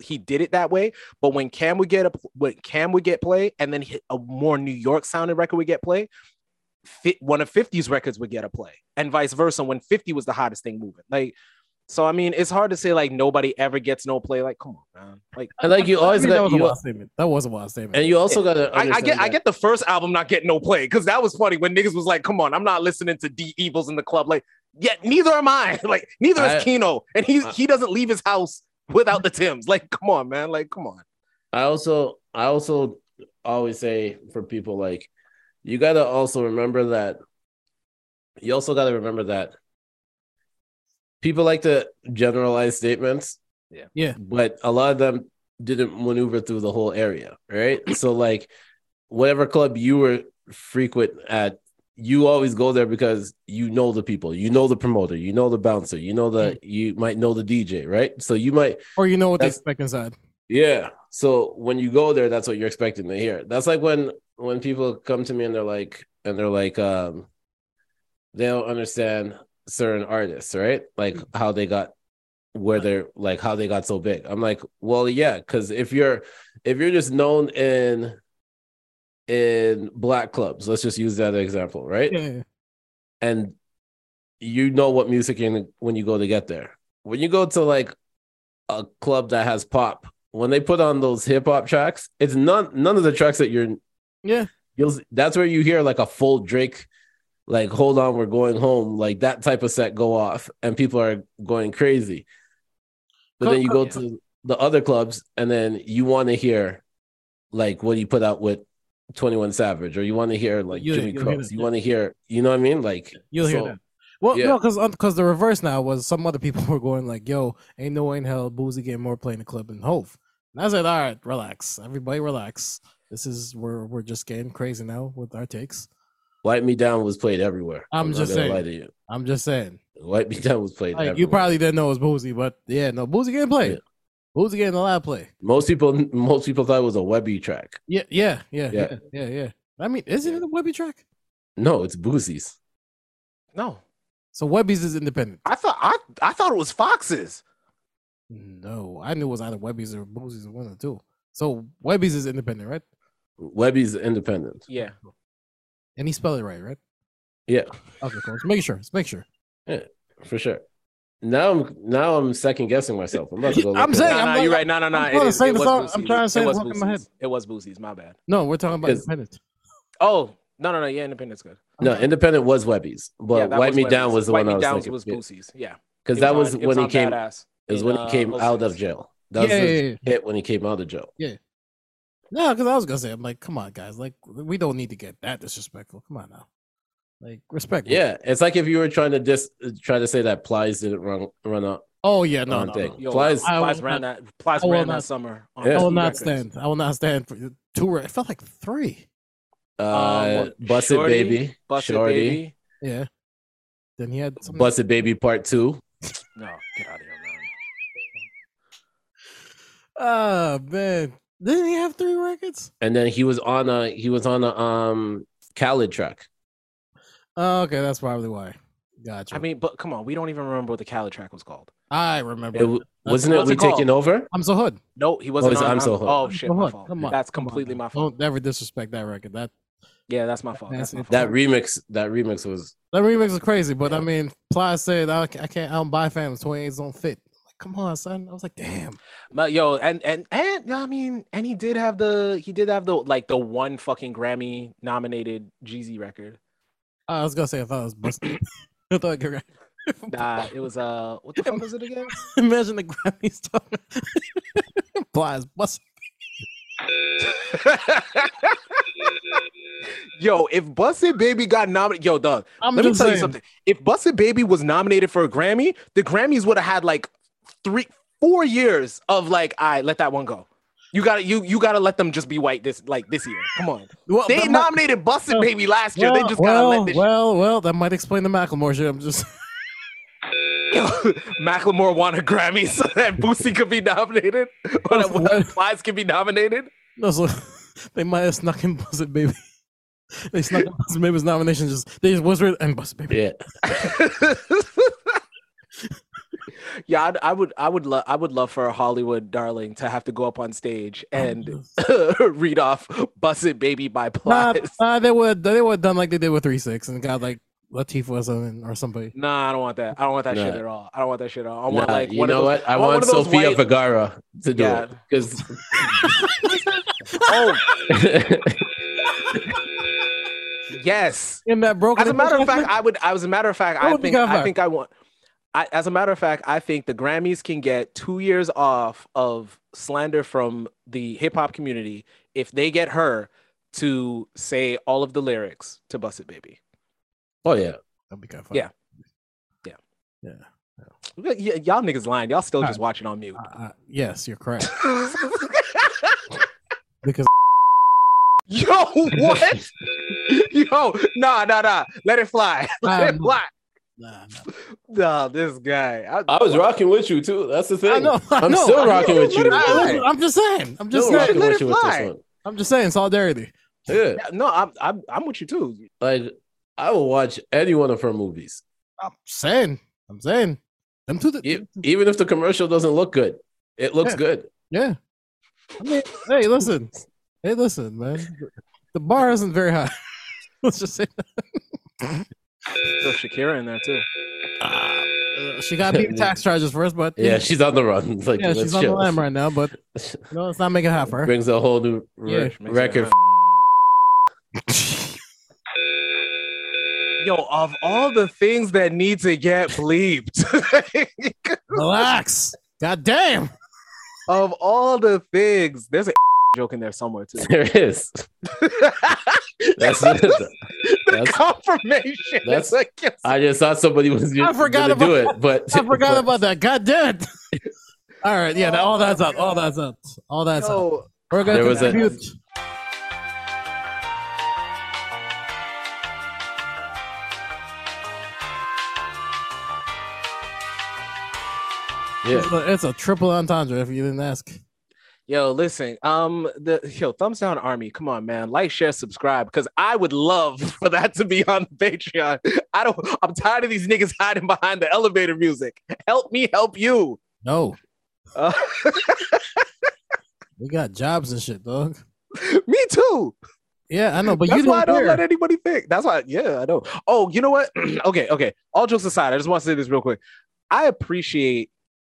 he did it that way. But when Cam would get a when Cam would get play, and then hit a more New York sounding record would get play, fit one of 50's records would get a play, and vice versa when 50 was the hottest thing moving. Like, so I mean, it's hard to say like nobody ever gets no play. Like, come on, man. Like,
And like you always
I mean, that
got
was a
you,
wild statement. That was a wild statement.
and you also got to
I, I get I get the first album not getting no play because that was funny when niggas was like, "Come on, I'm not listening to D Evils in the club." Like, yet neither am I. Like, neither
I-
is Kino, and he
I-
he doesn't leave his house without the Tims. Like, come on, man. Like, come on.
I also I also always say for people like you gotta also remember that you also gotta remember that people like to generalize statements.
Yeah.
Yeah.
But a lot of them didn't maneuver through the whole area, right? so like whatever club you were frequent at, you always go there because you know the people, you know the promoter, you know the bouncer, you know the you might know the DJ, right? So you might
or you know what they
That's-
expect inside.
yeah. So when you go there, that's what you're expecting to hear. That's like when when people come to me and they're like and they're like um they don't understand certain artists, right? Like how they got where they're like how they got so big. I'm like, well, yeah, because if you're if you're just known in in black clubs, let's just use that example, right?
Yeah, yeah.
and you know what music you're gonna, when you go to get there. When you go to like a club that has pop, when they put on those hip hop tracks, it's none none of the tracks that you're
Yeah.
You'll that's where you hear like a full Drake, like hold on, we're going home, like that type of set go off, and people are going crazy. But then you go to the other clubs, and then you want to hear like what you put out with Twenty One Savage, or you want to hear like
You'll-
Jimmy
you'll hear
Cross,
that,
you
yeah.
want to hear, you know what I mean? Like
You'll hear
so-
that. Well,
yeah.
no, because the reverse now was some other people were going like, "Yo, ain't no way in hell Boozy getting more play in the club than Hove." And I said, "All right, relax, everybody, relax. This is we're we're just getting crazy now with our takes.
Light Me Down was played everywhere.
I'm
not
just
gonna
saying.
Lie to you.
I'm just saying.
Light Me Down was played
Like
everywhere.
you probably didn't know it was Boozy, but yeah, no, Boozy getting played.
Yeah.
Boozy getting a lot of play.
most people most people thought it was a Webby track.
Yeah, yeah, yeah, yeah,
Yeah.
yeah, yeah. I mean, isn't it a Webby track?
No, it's Boozy's.
No,
So Webby's is independent.
I thought I I thought it was Foxes.
No, I knew it was either Webby's or Boozy's, one of the two. So Webby's is independent, right?
Webby's independent.
Yeah,
And he spelled it right, right?
Yeah,
Okay, cool. Let's make sure. Let's make sure.
for sure. Now I'm now I'm second guessing myself. I'm about to go. look
I'm
it
saying-
up.
nah, nah,
like-
you're right. No, no, no.
I'm trying to say the song- I'm trying to say
it
the
was
song in my head.
Boosie's. It was Boosie's. My bad.
No, we're talking about
Because-
independent.
Oh no, no, no. Yeah, Independence good.
no, independent was Webby's, but
that
Light Me Down
Webby's.
was the
White
one I
Me
was
Downs
thinking.
was
Yeah.
Boosie's. Yeah,
Because
It
that
on-
was
it
when he
on
came.
Badass
Is
in,
when
uh,
he came out of
06.
jail. That
Yeah,
was
yeah,
his
yeah, yeah.
hit when he came out of jail.
No, because I was gonna say, I'm like, come on, guys, like we don't need to get that disrespectful. Come on now, like respect.
Yeah, it's like if you were trying to dis try to say that Plies didn't run run up.
Oh yeah, no,
on
no,
thing.
no.
Yo,
Plies
I
Plies
will
ran that. Plies
I will
ran
not-
that summer. on
Yeah.
I will
two
not
records.
stand. I will not stand for two. Re- it felt like three.
Uh,
Um,
Bust
Shorty,
It Baby.
Bust
Shorty.
it, baby.
Yeah. Then he had
Mm-hmm.
some.
Busted Baby Part Two.
No, get out of here, man.
Ah man, didn't he have three records?
And then he was on a he was on a um Khaled track.
Oh, okay, that's probably why. Gotcha.
I mean, but come on, we don't even remember what the Cali track was called.
I remember.
It, w- wasn't it
What's
We
it called?
Taking Over?
I'm so hood.
No, he wasn't.
it's
on,
I'm So
on-
Hooked.
Oh shit,
I'm so
my
hood.
fault.
Come on,
That's
come on
completely
now.
my fault.
Don't ever disrespect that record. That
Yeah, that's my fault. That's my fault.
That remix, that remix was
That remix is crazy, but I mean, Ply said I, ca- I can't. I don't buy fams. Twenty eights don't fit. I'm like, come on, son. I was like, damn.
But yo, and and and I mean, and he did have the he did have the like the one fucking Grammy nominated Jeezy record.
I was gonna say I thought it was busted. I thought you were right.
Nah, it was uh, what the fuck was it again?
Imagine the Grammy stuff. Ply's busted.
yo, if Busted Baby got nominated, yo, dog,
I'm
let me
just
tell you
saying.
something. If Busted Baby was nominated for a Grammy, the Grammys would have had like three, four years of like, I let that one go. You gotta, you you gotta let them just be white this like this year. Come on,
Well,
they
that might-
nominated Busted
well,
Baby last year. they just gotta
well,
let this.
well, well, that might explain the Macklemore shit. I'm just
Macklemore won a Grammy so that Boosie could be nominated, or that
Well-
Flies could be nominated.
no, so they might have snuck in Busted Baby. They snuck in Busted Baby's nomination. Just they just whispered and Busted Baby.
yeah.
yeah, I'd, I would, I would love, I would love for a Hollywood darling to have to go up on stage and read off "Bust It, Baby" by
Nah,
Plies.
nah, they would they would have done like they did with three six and got like Latifah or something or somebody.
Nah, I don't want that. I don't want that shit
Nah.
at all. I don't want that shit at all. I
Nah,
want like
you
one
know
of those,
what? I
want
want,
one of those
Sofia
white-
Vergara to do
Yeah.
it because
Oh yes.
In that broken.
As a matter of fact, I would. As a matter of fact,
That
I
would be
think I
Godfather.
think I want. I, as a matter of fact, I think the Grammys can get two years off of slander from the hip hop community if they get her to say all of the lyrics to "Bust It, Baby."
oh yeah,
That'd be kind
Yeah. Yeah. Y- y- y'all niggas lying. Y'all still just watching on mute.
Uh, yes, you're correct. Because
Yo, what? Yo, nah, nah, nah. Let it fly. Let it
Um,
fly.
nah, nah.
Nah, this guy.
I was rocking with you too. That's the thing.
I know, I
am
know, I
still
know.
rocking with you.
What about
Still
it?
I'm just saying. I'm just
Let
saying.
it
rocking with you with
fly.
this one.
I'm just saying solidarity.
Yeah,
No, I'm, I'm, I'm with you too.
like I will watch any one of her movies,
I'm saying. I'm saying. Them two.
E- even if the commercial doesn't look good. It looks
Yeah.
good.
Yeah. I mean, hey, listen. Hey, listen, man. The bar isn't very high. Let's just say that.
So Shakira in there too.
Uh, she got people tax charges first, but
Yeah, she's on the run. Like
yeah, she's
let's
on the
chill.
lam right now, but no, it's not making it hot for her.
Brings a whole new re-
Yeah.
record.
Yo, of all the things that need to get bleeped,
Relax. God damn.
of all the things, there's a joke in there somewhere too.
There is. That's it. That's-
confirmation.
that's-
That's like yes.
I just thought somebody was
I forgot
gonna
about-
do it, but
I forgot about that. God damn it. All right, yeah, that- all that's out. All that's out. All that's out.
Yo,
We're gonna
There was a-
contribute.
Yeah.
It's a- it's a triple entendre if you didn't ask.
yo, listen. Um, the yo, thumbs down army. Come on, man. Like, share, subscribe, because I would love for that to be on the Patreon. I don't. I'm tired of these niggas hiding behind the elevator music. Help me, help you.
No,
Oh.
Uh,
we got jobs and shit, dog.
me too.
Yeah, I know, but
That's
you
why I
don't
don't
care.
let anybody think. That's why, yeah, I know. Oh, you know what? okay, okay. All jokes aside, I just want to say this real quick. I appreciate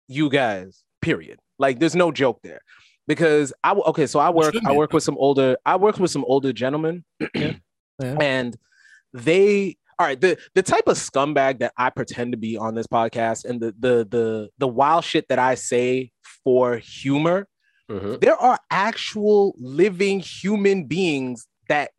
you guys. Period. Like, there's no joke there, because I w- okay. So I work.
shouldn't
I
be.
work with some older. I work with some older gentlemen,
Yeah.
and they. All right, the, the type of scumbag that I pretend to be on this podcast and the the the the wild shit that I say for humor,
Mhm.
there are actual living human beings that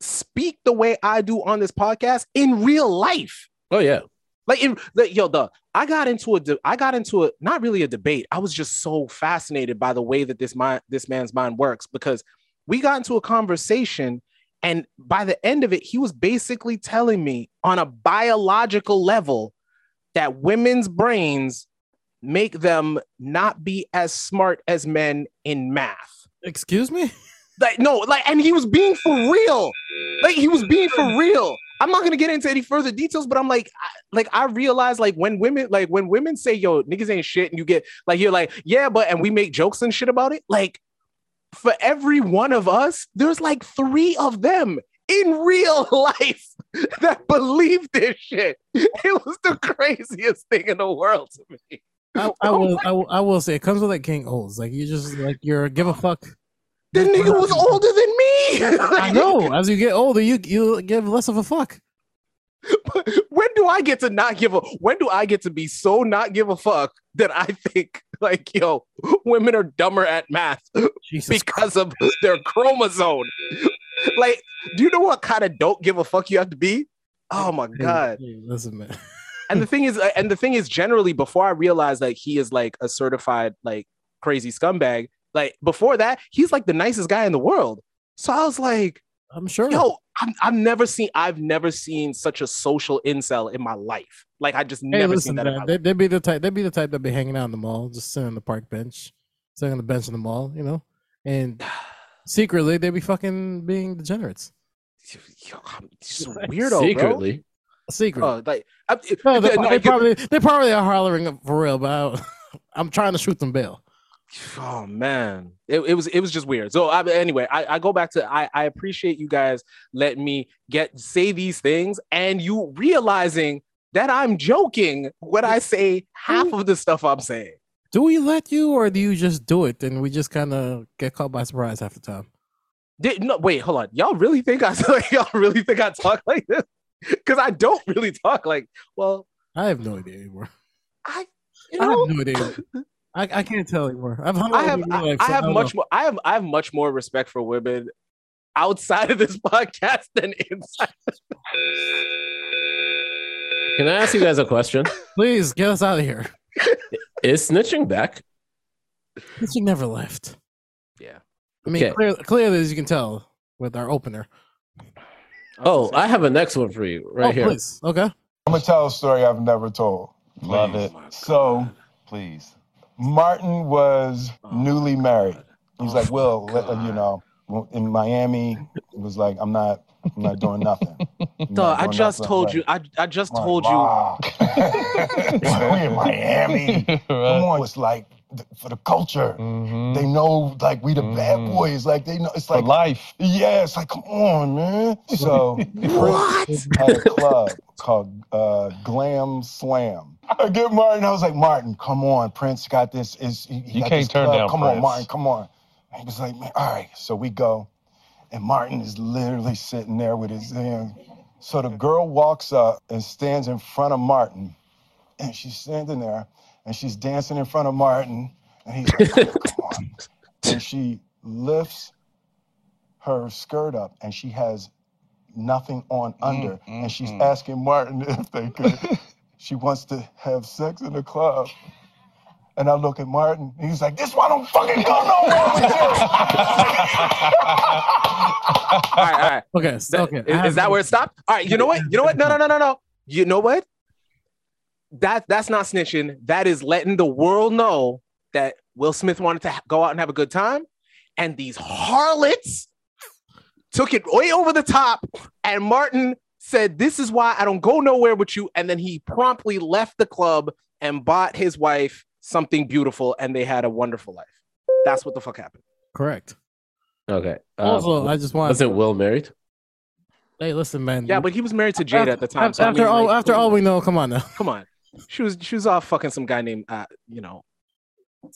speak the way I do on this podcast in real life.
Oh yeah.
Like, in, like, yo, the I got into a, de- I got into a, not really a debate. I was just so fascinated by the way that this mind, this man's mind works because we got into a conversation, and by the end of it, he was basically telling me on a biological level that women's brains make them not be as smart as men in math
Excuse me?
like no like and he was being for real like he was being for real i'm not gonna get into any further details but i'm like I, like i realize like when women like when women say yo niggas ain't shit and you get like you're like yeah but and we make jokes and shit about it like for every one of us, there's like three of them in real life that believed this shit. It was the craziest thing in the world to me.
I, I will, I will, I will say, it comes with like King Olds. Like you just like you're give a fuck.
The nigga was older than me.
I know. As you get older, you you give less of a fuck.
But when do I get to not give a? When do I get to be so not give a fuck that I think like yo, women are dumber at math
Jesus
because of their chromosome? Like, do you know what kind of don't give a fuck you have to be? Oh my
Christ.
god!
Hey, listen, man.
and the thing is uh, and the thing is generally before i realized like he is like a certified like crazy scumbag like before that he's like the nicest guy in the world so i was like
I'm sure.
yo I'm, i've never seen i've never seen such a social incel in my life like i just
hey,
never
listen,
seen that in my
man. They, would be the type. They'd be the type that be hanging out in the mall, just sitting on the park bench, sitting on the bench in the mall, you know, and secretly they'd be fucking being degenerates.
life. Yo, I'm just a weirdo secretly
Secretly,
Secret.
bro. Oh, like I,
no, they,
no,
they
I-
probably they probably are hollering for real, but I, I'm trying to shoot them bail.
oh man it, it was it was just weird so I, anyway I, I go back to I, I appreciate you guys let me get say these things and you realizing that i'm joking when i say half of the stuff i'm saying
Do we let you, or do you just do it, and we just kind of get caught by surprise half the time?
Did, no wait hold on y'all really think i y'all really think i talk like this because i don't really talk like well
I have no idea anymore.
i you
I
know
have no idea. anymore. I, I can't tell anymore. I've hung out
I
with
have
you in real
I,
life,
I
so
have
don't
much
know.
more I have I have much more respect for women outside of this podcast than inside.
can I ask you guys a question?
Please get us out of here.
Is snitching back?
She never left.
Yeah.
I mean,
Okay.
clear, clearly, as you can tell with our opener.
Oh, I have a next one for you right
oh,
here.
please. Okay.
I'm gonna tell a story I've never told.
Love
Oh
it.
So
Please.
Martin was
Oh,
newly married. He's
Oh,
like, Will,
my
let- you
God.
know, in Miami, it was like, I'm not, I'm not doing nothing. I'm
Duh,
not
I
doing
just
nothing.
told
Like,
you. I, I just
I'm like,
told you.
wow. we in Miami.
Right.
Come on, it's like th- for the culture.
Mhm.
They know, like, we the bad
Mhm.
boys. Like, they know, it's
For
like,
life.
yeah, it's like, come on, man. So, what? At a club called uh, Glam Slam. I get Martin. I was like, Martin, come on, Prince got this. Is he, he
You
got
can't
this
turn
club.
down
Come on,
Prince.
Martin, come on. And he was like, man, all right. So we go, and Martin is literally sitting there with his hand. So the girl walks up and stands in front of Martin, and she's standing there, and she's dancing in front of Martin, and he's like, "Oh, come on. And she lifts her skirt up, and she has nothing on under, and she's
mm.
asking Martin if they could. she wants to have sex in the club. And I look at Martin, and he's like, "This why I don't fucking go no more with you."
All right, all right.
Okay. so-
That-
okay. I
Is,
have
is that
no-
where it stopped? All right. You know what? You know what? No, no, no, no, no. You know what? That that's not snitching. That is letting the world know that Will Smith wanted to ha- go out and have a good time, and these harlots took it way over the top. And Martin said, "This is why I don't go nowhere with you." And then he promptly left the club and bought his wife something beautiful, and they had a wonderful life. That's what the fuck happened.
Correct.
Okay.
Uh,
Um,
Also, I just want.
wasn't Will married?
Hey, listen, man.
Yeah, but he was married to Jada
After-
at the time.
After,
so I mean,
after all,
like,
after all we know, come on now.
come on. She was she was off fucking some guy named uh, you know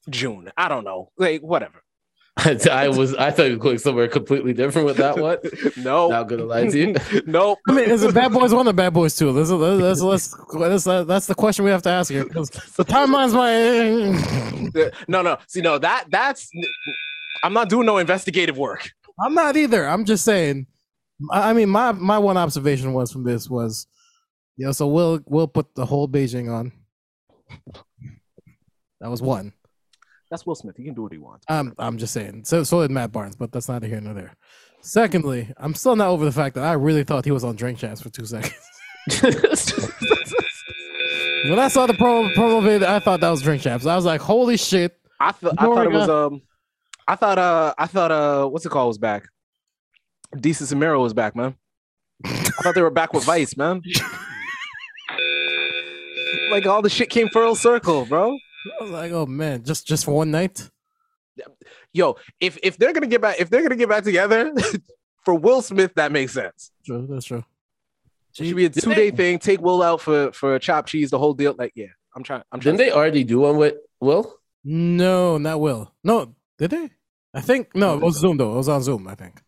June. I don't know. Like whatever.
I was. I thought you were going somewhere completely different with that one.
Oh.
No.
Not gonna lie to you.
nope.
I mean, is it bad boys one or bad boys two? Let's, let's, let's, let's, let's, that's the question we have to ask here. 'cause The timeline's my.
Uh, No, no. See, no, that that's I'm not doing no investigative work.
I'm not either. I'm just saying. I I mean, my my one observation was from this was, you know, so we'll we'll put the whole Beijing on. That was one.
That's Will Smith. He can do what he wants.
I'm I'm just saying. So so did Matt Barnes, but that's not here nor there. Secondly, I'm still not over the fact that I really thought he was on Drink Champs for two seconds. when I saw the promo promo video, I thought that was Drink Champs. I was like, holy shit!
I thought I
Before
thought
we
it was
got-
um I thought uh I thought uh what's it called was back. Desus and Mero was back, man. I thought they were back with Vice, man. like all the shit came full circle, bro.
I was like, oh man, just just for one night.
yo, if if they're gonna get back, if they're gonna get back together, for Will Smith, that makes sense.
True, that's true.
It should be a two day thing. Take Will out for for chopped cheese, the whole deal. Like, yeah, I'm trying. I'm trying.
Didn't they already do one with Will?
No, not Will. No, did they? I think no. It was Zoom though. It was on Zoom. I think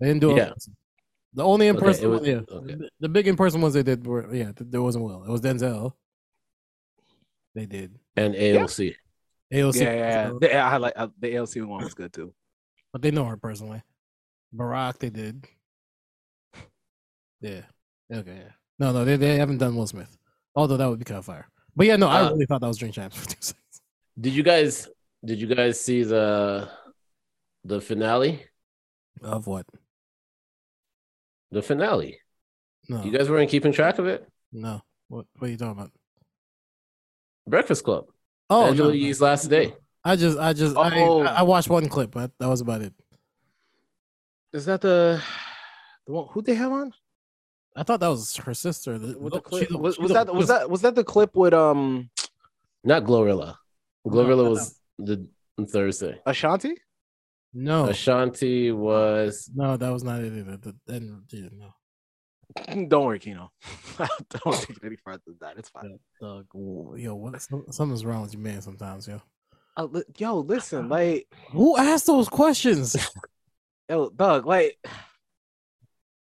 they didn't do it.
Yeah.
The only in
Okay,
person,
it was-
one- yeah,
okay.
the, the big in person ones they did were yeah. th- There wasn't Will. It was Denzel. They did
And AOC.
AOC,
yeah, yeah, yeah. The, I like uh, the ALC one was good too.
but they know her personally. Barack, they did. Yeah. Okay. Yeah. No, no, they, they haven't done Will Smith. Although that would be kind of fire. But yeah, no, I
Uh,
really thought that was Drink Champs for two seconds.
Did you guys did you guys see the the finale?
Of what?
The finale.
No.
You guys weren't keeping track of it?
no. What, what are you talking about?
Breakfast Club.
Oh, no,
Angela
no.
Yee's last day.
I just, I just, I-
Oh.
I, I watched one clip, but that was about it.
Is that the the one who they have on?
I thought that was her sister. the-
With the
she's
clip,
a-
was,
she's
was
a-
that was that was that the clip with um
Not Glorilla.
No,
Glorilla
no. Oh.
was the Thursday.
Ashanti?
No,
Ashanti was
no, that was not it either. The, then, yeah, no,
Don't worry, Kino. Don't take it any further than that. It's fine.
Doug, w- yo, what? some- Something's wrong with you, man. Sometimes, yo.
Uh, li- yo, listen, like,
Who asked those questions?
yo, Oh, Doug, like,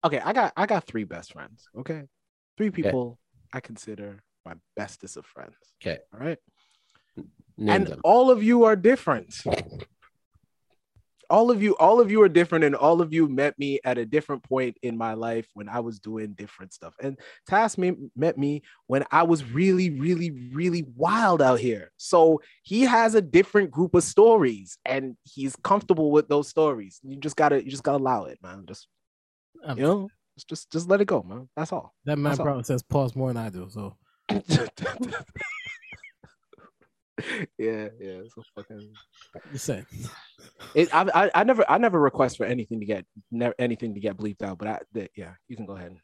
okay, I got I got three best friends. Okay, three people I consider my bestest of friends.
Okay.
all right,
named
and oh,
them.
all of you are different. All of you, all of you are different, and all of you met me at a different point in my life when I was doing different stuff. And Task me, met me when I was really, really, really wild out here. So he has a different group of stories, and he's comfortable with those stories. You just gotta, you just gotta allow it, man. Just
Um,
you know, just just, just let it go, man. That's all.
that man
that's all.
probably says pause more than I do. So
yeah, yeah. So fucking.
just saying.
It, I, I, I never, I never request for anything to get, never anything to get bleeped out. But I, that, yeah, you can go ahead.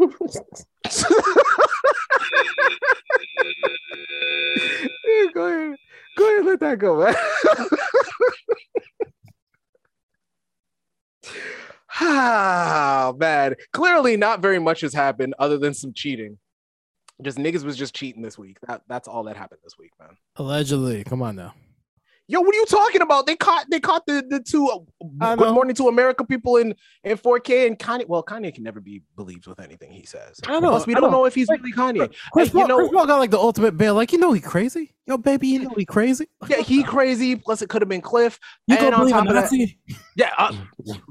and- Yeah. Yeah, go ahead, go ahead, and let that go, man. Ah, man. Clearly, not very much has happened other than some cheating. Just niggas was just cheating this week. That, that's all that happened this week, man.
Allegedly, come on now.
Yo, what are you talking about? They caught they caught the the two uh,
I
Good
know.
Morning to America people in in 4K and Kanye. Well, Kanye can never be believed with anything he says.
I know,
Plus, we
I
don't
know.
know if he's really Kanye.
Chris,
Hey, you
Paul,
know-
Chris Paul got like the ultimate bail. Like you know he crazy. Yo, baby, you know he crazy. Like,
Yeah,
what
he
the-
crazy. Plus, it could have been Cliff.
You
and
gonna
on
believe a
top of that-
Nazi?
Yeah, uh,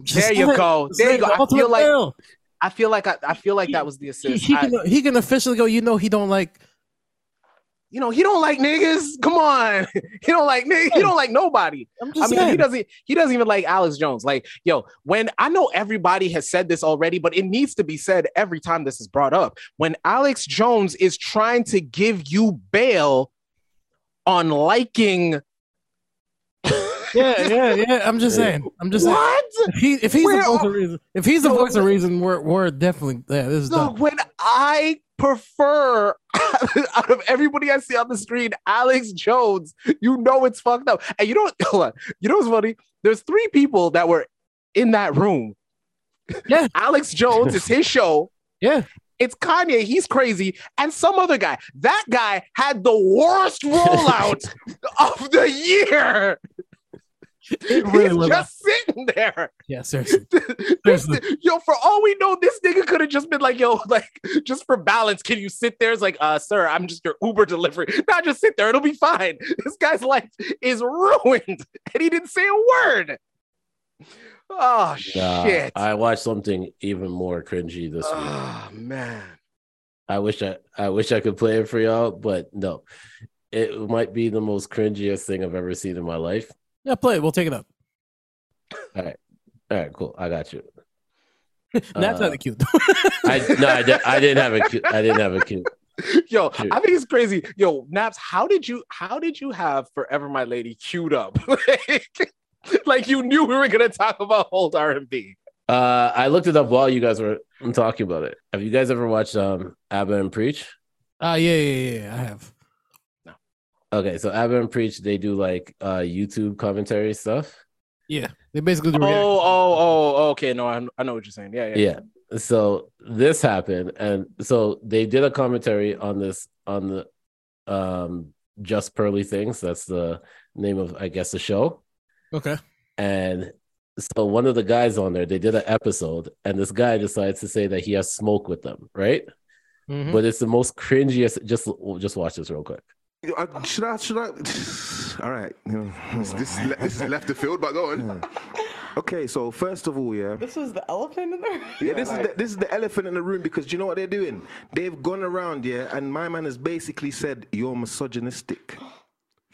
Just
there you
saying.
go.
Just
There you
saying,
go.
the
I
ultimate
feel like
bail.
I feel like I, I feel like that was the
he,
assist.
he
I-
can he can officially go. You know he don't like.
you know, he don't like niggas. Come on, he don't like niggas. He don't like nobody.
I'm
I
just
mean, he
saying.
doesn't. He doesn't even like Alex Jones. Like, yo, when I know everybody has said this already, but it needs to be said every time this is brought up. When Alex Jones is trying to give you bail on liking,
yeah, yeah, yeah. I'm just saying. I'm just saying.
what?
If he if he's
Where
the voice
are-
of reason, if he's the voice of reason, we're we're definitely yeah. This is
Look,
done.
when I prefer out of everybody I see on the screen, Alex Jones, you know it's fucked up. And you know, what- hold on. you know what's funny? There's three people that were in that room.
Yeah.
Alex Jones, it's his show.
Yeah.
It's Kanye, he's crazy, and some other guy. That guy had the worst rollout of the year.
It really
he's
was.
just sitting there.
Yeah, seriously.
This-
Seriously.
yo, for all we know, this nigga could have just been like, yo, like, just for balance, can you sit there? It's like, uh, sir, I'm just your Uber delivery. Not just sit there, it'll be fine. This guy's life is ruined. And he didn't say a word. Oh
Nah,
shit.
I watched something even more cringy this week.
Oh man.
I wish I I wish I could play it for y'all, but no. It might be the most cringiest thing I've ever seen in my life.
Yeah, play it. We'll take it up.
All right, cool. I got you.
That's
Uh,
not cute.
I no, I, di- I didn't have a cute. I didn't have a cute.
Yo,
Dude.
I think it's crazy. Yo, Naps, how did you how did you have Forever My Lady queued up? like, like you knew we were gonna talk about old R&B.
Uh, I looked it up while you guys were talking about it. Have you
Uh,
guys ever watched um Abba and Preach?
Ah, yeah, yeah, yeah. I have.
Okay, so Abba and Preach, they do like uh YouTube commentary stuff.
Yeah, they basically do.
Oh,
react-
oh, oh, okay. No, I, I know what you're saying. Yeah, yeah.
yeah so this happened and so they did a commentary on this on the um just pearly things that's the name of i guess the show
Okay.
and so one of the guys on there they did an episode and this guy decides to say that he has smoke with them right
Mhm.
but it's the most cringiest just just watch this real quick
I, should I? Should I? All right. This, this, is le- this is left the field, but go on. Okay, so first of all, yeah.
This was the elephant in the room.
Yeah, this is the, this is the elephant in the room because do you know what they're doing? They've gone around, yeah, and my man has basically said you're misogynistic.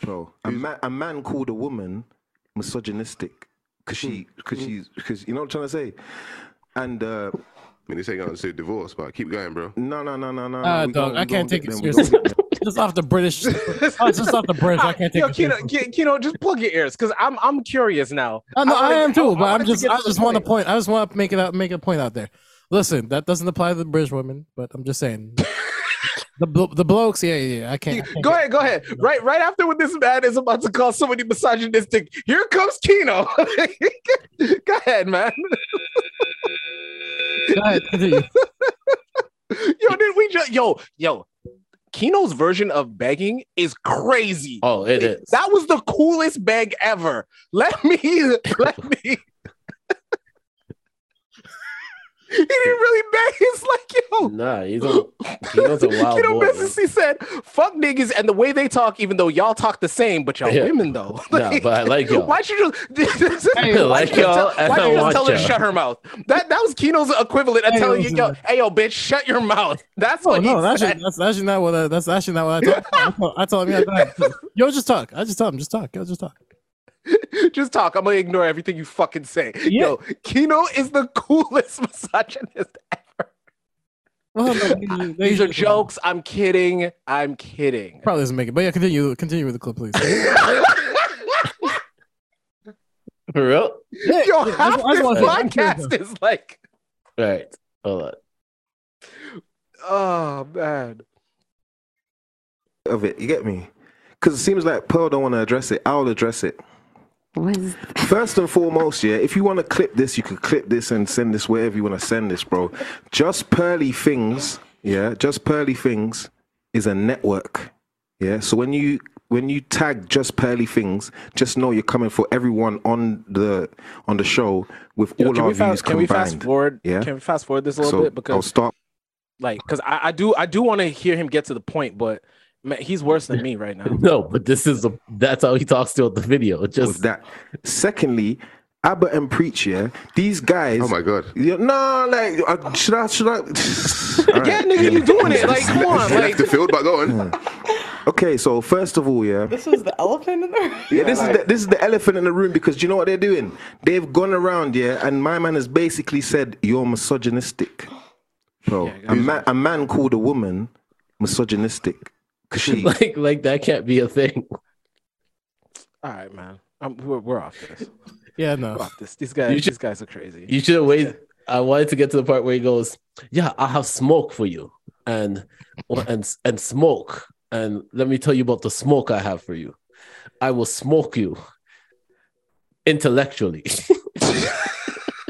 Bro, a, ma- a man called a woman misogynistic because she because she's because you know what I'm trying to say. And uh,
I mean, this ain't gonna say divorce, but keep going, bro.
no, no, no, no, no.
Ah,
we
dog,
don't-
I
we
can't
don't
take
get
it
them, we don't
seriously.
get them.
Just off the British. oh, just off the British. I can't take
Yo,
it.
Kino,
seriously.
Ki- Kino, just plug your ears because I'm I'm curious now.
I know Oh, I,
wanna-
am too, but
wanted
I'm
to
just
get
I
to the
just want to point. I just want to make it out make a point out there. Listen, that doesn't apply to the British women, but I'm just saying. the blo- the blokes, yeah, yeah, yeah, I can't. I can't
Go
get-
ahead, go ahead. Right, right after what this man is about to call somebody misogynistic, here comes Kino. go ahead, man.
Go ahead, continue.
Yo, did we just yo yo? Kino's version of begging is crazy.
oh it is
That was the coolest beg ever. Let me, let me. he didn't really beg. It's like, yo.
nah he's a he's a wild
Kino
boy
business. He said, "Fuck niggas," and the way they talk, even though y'all talk the same, but y'all
Yeah.
women though.
nah but i like y'all
Why'd you just?
Hey,
why'd
like
you just
y'all,
tell,
and
why'd
I
you just
want
tell her to
y'all.
shut her mouth? That that was Kino's equivalent of
Hey,
telling you,
listen,
yo,
man.
hey yo, bitch, shut your mouth. That's
Oh
what he
no, that's
said.
actually, that's actually not what I, that's actually not what I told. I told him, yeah, go ahead. yo, just talk. I just tell him, just talk. Yo, just talk.
Just talk. I'm gonna ignore everything you fucking say. Yo, Kino is the coolest misogynist.
Well, no, they- they
These are
usually-
jokes. I'm kidding. I'm kidding.
Probably doesn't make it, but yeah, continue. Continue with the clip, please.
for real
Yeah,
Yo,
yeah,
half
that's what- that's
this
what I'm saying.
podcast is like,
all right hold on
oh man.
of it. You get me? Because it seems like Pearl don't want to address it. I'll address it.
Was
First and foremost, yeah, if you want to clip this, you can clip this and send this wherever you want to send this, bro. Just Pearly Things, yeah, just Pearly Things is a network. Yeah. So when you when you tag just Pearly Things, just know you're coming for everyone on the on the show with all
can
our
we
views
fast, can we
combined.
fast forward?
Yeah.
Can we fast forward this a little
so
bit
I'll
because
start
like because I, I do I do want to hear him get to the point, but man, he's worse than me right now.
No, but this is a that's how he talks throughout the video. It
with
Just
that. Secondly, Abbott and Preach, yeah, these guys.
Oh my god.
Yeah, no, like, uh, should I? Should I? All right.
Yeah, nigga, you doing it? Like, come on,
Left
like
the field, but go on.
Okay, so first of all, yeah.
this was the elephant in the room.
Yeah, this is the, this is the elephant in the room because do you know what they're doing? They've gone around, yeah, and my man has basically said you're misogynistic, bro. a, man, a man called a woman misogynistic because she.
like like that can't be a thing.
All right, man. I'm, we're, we're off this.
Yeah,
We're
no.
off this. These guys,
You should-
these guys are crazy.
You should have waited. I wanted to get to the part where he goes, "Yeah, I have smoke for you, and and and smoke, and let me tell you about the smoke I have for you. I will smoke you intellectually."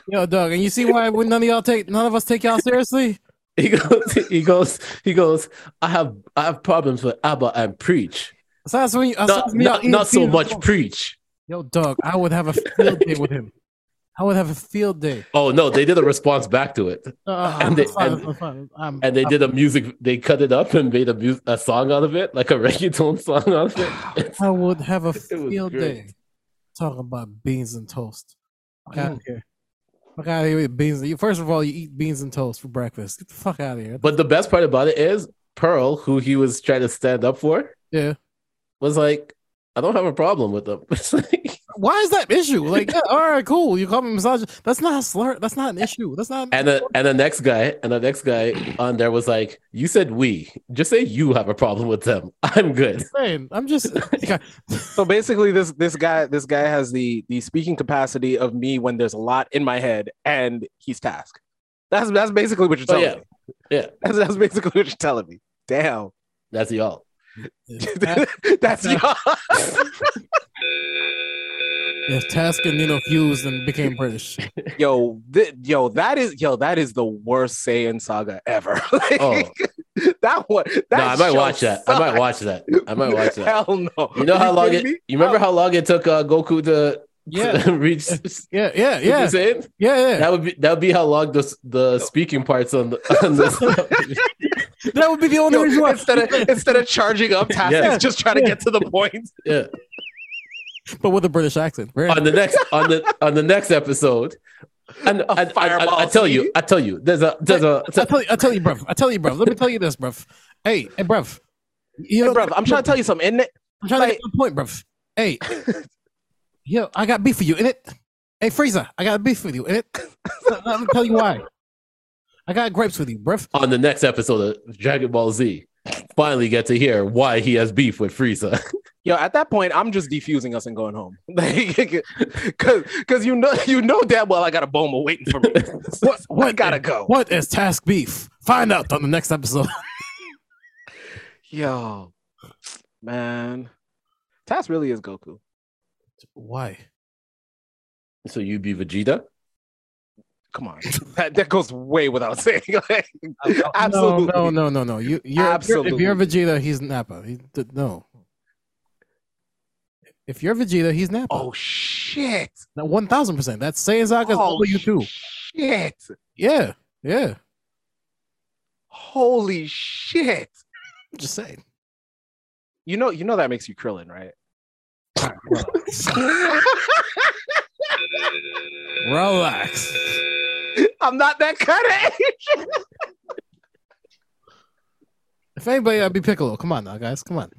Yo, dog, and you see why would none of y'all take none of us take y'all seriously?
he goes, he goes, he goes. I have I have problems with Abba and preach.
Besides when you,
Not
besides when y'all
not,
eating
not so
E
peanuts,
much preach.
Yo, dog, I would have a field day with him. I would have a field day.
Oh no, they did a response back to it.
Uh,
And
I'm
they-
fine,
and-
I'm fine. I'm-
and they did a music they cut it up and made a mu- a song out of it like a reggaeton song out of it It's-
I would have a
It was
field
great.
day talking about beans and toast. Fuck
Mm.
out of here. Fuck out of here with beans. You- First of all, you eat beans and toast for breakfast. Get the fuck out of here.
but the best part about it is pearl who he was trying to stand up for
Yeah.
was like i don't have a problem with them It's like-
Why is that an issue? Like, yeah, all right, cool. You call me misogynist. That's not a slur. That's not an issue. That's not.
and the and the next guy and the next guy on there was like you said we just say you have a problem with them i'm good
saying. I'm just.
So basically, this this guy this guy has the the speaking capacity of me when there's a lot in my head, and he's tasked. That's that's basically what you're
Oh,
telling me.
yeah. Yeah.
that's, that's basically what you're telling me. Damn.
that's y'all
Uh,
That's y'all.
If Task and Nino fused and became British.
yo, th- yo, that is yo, that is the worst Saiyan saga ever. Like,
Oh.
that one. That
No, I might
show
watch that. I might watch that. I might watch that.
Hell no.
You know
Are
how long
kidding
it?
me?
You remember how long it took uh, Goku to
Yeah.
to reach?
Yeah, yeah,
Super
yeah.
Saiyan?
Yeah,
That would be that would be how long the the speaking parts on the on this.
yeah. That would be the only
Yo,
reason why.
instead of instead of charging up, Task
Yeah.
is just trying to get to the point.
yeah.
But with a British accent. Right?
on the next on the on the next episode. And, and- and-
fireball
I, tell you,
scene.
I tell you, there's a there's a
I tell you, I tell you, bruv. I tell you, bruv. Let me tell you this, bruv. Hey, hey, bruv. You know,
Hey, bruv, I'm trying to tell you something. Isn't it?
I'm trying to
like-
get to the point, bruv. Hey, yo, I got beef for you, innit? Hey, Frieza, I got beef with you, innit? Let let me tell you why. I got gripes with you, bruv.
on the next episode of Dragon Ball Z. Finally, get to hear why he has beef with Frieza.
Yo, at that point, I'm just defusing us and going home. Like, cause, cause you know, you know damn well I got a Boma waiting for me. what, I gotta go.
What is task beef? Find out on the next episode.
Yo, man, Task really is Goku.
why?
so you be Vegeta?
Come on, that, that goes way without saying. Like, absolutely,
No, no, no, no, no. You, you're, absolutely. If
Absolutely.
you're Vegeta, he's Nappa. He, th- no. If you're Vegeta, he's Nappa.
Oh shit!
Now, 1000%. That's Saiyan Saga's
Oh,
W2.
Shit!
Yeah, yeah.
Holy shit!
Just saying.
You know, you know that makes you Krillin, right?
Relax.
I'm not that kind of age.
If anybody, I'd be Piccolo. Come on now, guys. Come on.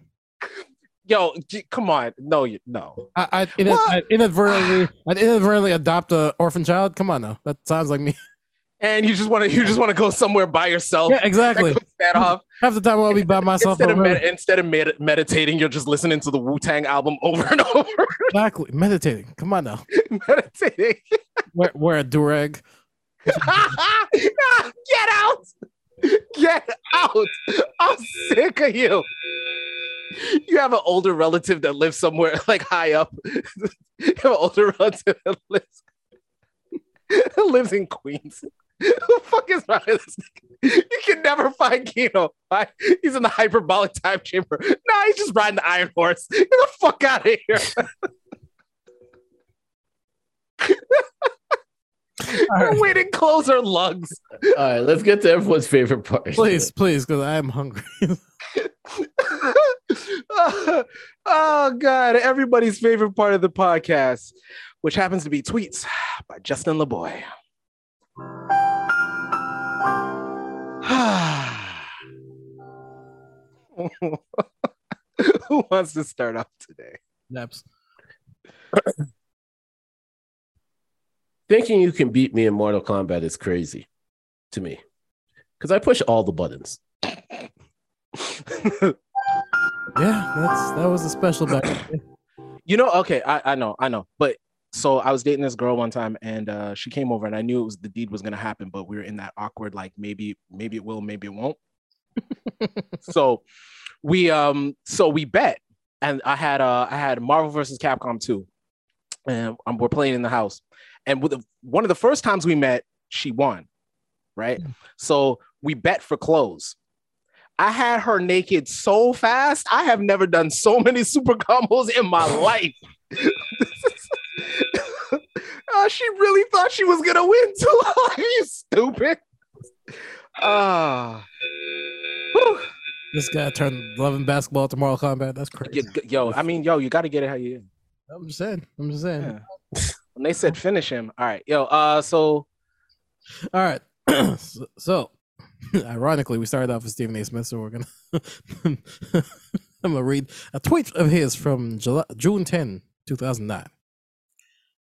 Yo, g- come on! No, you no.
I, I, in
What?
I inadvertently, I inadvertently adopt a orphan child. Come on now. That sounds like me.
And you just want to, you just want to go somewhere by yourself.
Yeah, exactly.
That goes that off.
Half the time I'll be by myself.
Oh. Instead of,
already.
med- instead of med- meditating, you're just listening to the Wu Tang album over and over.
exactly. Meditating. Come on now.
meditating.
Wear, wear a durag.
Get out! Get out! I'm sick of you. You have an older relative that lives somewhere like high up. You have an older relative that lives that lives in Queens. Who the fuck is wrong with this? nigga? You can never find Kino. Why? He's in the hyperbolic time chamber. Nah, he's just riding the iron horse. Get the fuck out of here. You're waiting to close her lungs.
All right, let's get to everyone's favorite part.
Please, please, because I am hungry.
oh, god, everybody's favorite part of the podcast, which happens to be tweets by Justin LeBoy. Who wants to start off today?
Naps.
thinking you can beat me in Mortal Kombat is crazy to me because I push all the buttons.
Yeah, that's that was a special back.
You know, okay, I, I know, I know. But so I was dating this girl one time and uh, she came over and I knew it was the deed was gonna happen, but we were in that awkward, like maybe, maybe it will, maybe it won't. so we um so we bet. And I had uh I had Marvel versus Capcom 2. And um, we're playing in the house. And with the, one of the first times we met, she won. Right? So we bet for clothes. I had her naked so fast. I have never done so many super combos in my life. Uh, she really thought she was gonna win too. Are you stupid? Ah, Whew.
This guy turned loving basketball to Mortal Kombat. That's crazy.
Y- y- yo, I mean, yo, you got to get it how you.
I'm just saying. I'm just saying.
Yeah. When they said finish him, all right, yo. Uh, so
All right. so, so, ironically, we started off with Stephen A. Smith, so we're gonna. I'm gonna read a tweet of his from July, June 10, 2009.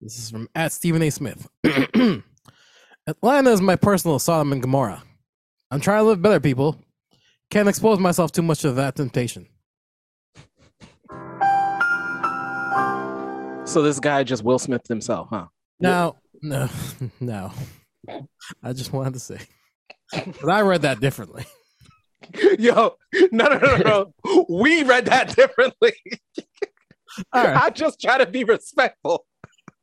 This is from at Stephen A. Smith. Atlanta is my personal Sodom and Gomorrah. I'm trying to live better, people. Can't expose myself too much to that temptation.
so this guy just Will Smith himself, huh?
Now, no, no. I just wanted to say, but I read that differently.
Yo, no, no, no, no. we read that differently. I just try to be respectful.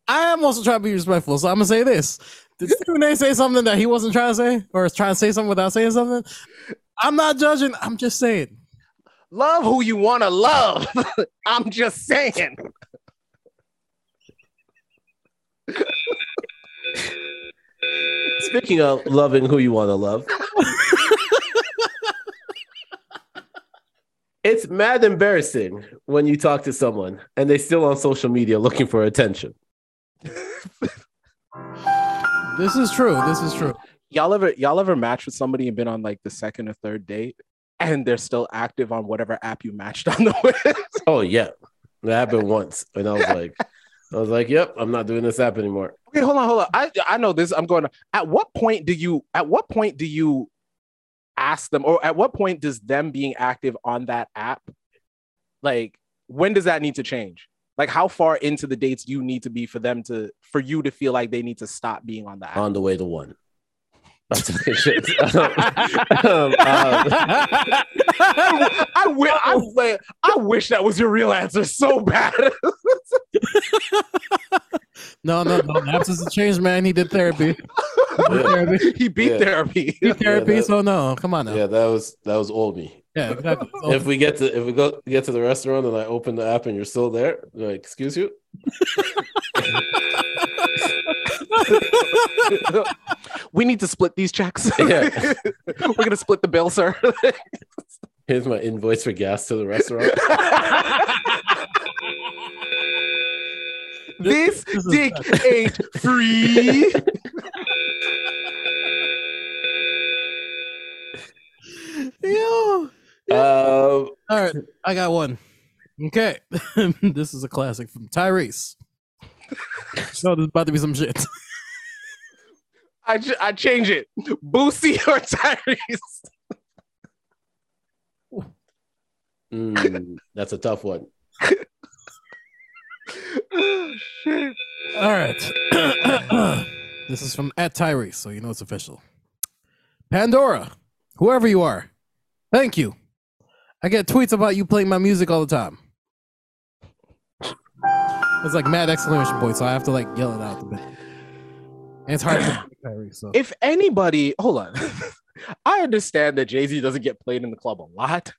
I am also trying to be respectful, so I'm gonna say this. Did Stephen A say something that he wasn't trying to say, or is trying to say something without saying something? I'm not judging. I'm just saying.
Love who you want to love. I'm just saying.
Speaking of loving who you want to love, it's mad embarrassing when you talk to someone and they still on social media looking for attention.
This is true. This is true.
Y'all ever y'all ever matched with somebody and been on like the second or third date and they're still active on whatever app you matched on the with?
Oh yeah, that happened once, and I was like, I was like, yep, I'm not doing this app anymore.
Okay, hold on, hold on. I I know this. I'm going. To, at what point do you? At what point do you ask them, or at what point does them being active on that app, like when does that need to change? Like how far into the dates you need to be for them to for you to feel like they need to stop being on the app?
On the way to one. That's my shit. Um, um,
I, wish I, like, I wish that was your real answer so bad.
No, no, no. Absence of change, man. He did therapy. He did
Yeah.
therapy.
he beat
Yeah.
therapy.
He did therapy.
that-
so no, come on now. Yeah,
yeah, that was that was old me.
exactly. So,
If we get to if we go get to the restaurant and I open the app and you're still there, like excuse you,
we need to split these checks.
Yeah.
We're gonna split the bill, sir.
here's my invoice for gas to the restaurant.
this
this is
dick ain't free.
Yo.
Um,
All right, I got one. Okay, this is a classic from Tyrese. so there's about to be some shit.
I, ch- I change it. Boosie or Tyrese.
mm, that's a tough one.
Oh, shit.
All right. this is from at Tyrese, so you know it's official. Pandora, whoever you are, thank you. I get tweets about you playing my music all the time. It's like mad exclamation point, so I have to like yell it out. a bit. And it's hard to Tyrese. So.
If anybody, hold on. I understand that Jay Z doesn't get played in the club a lot,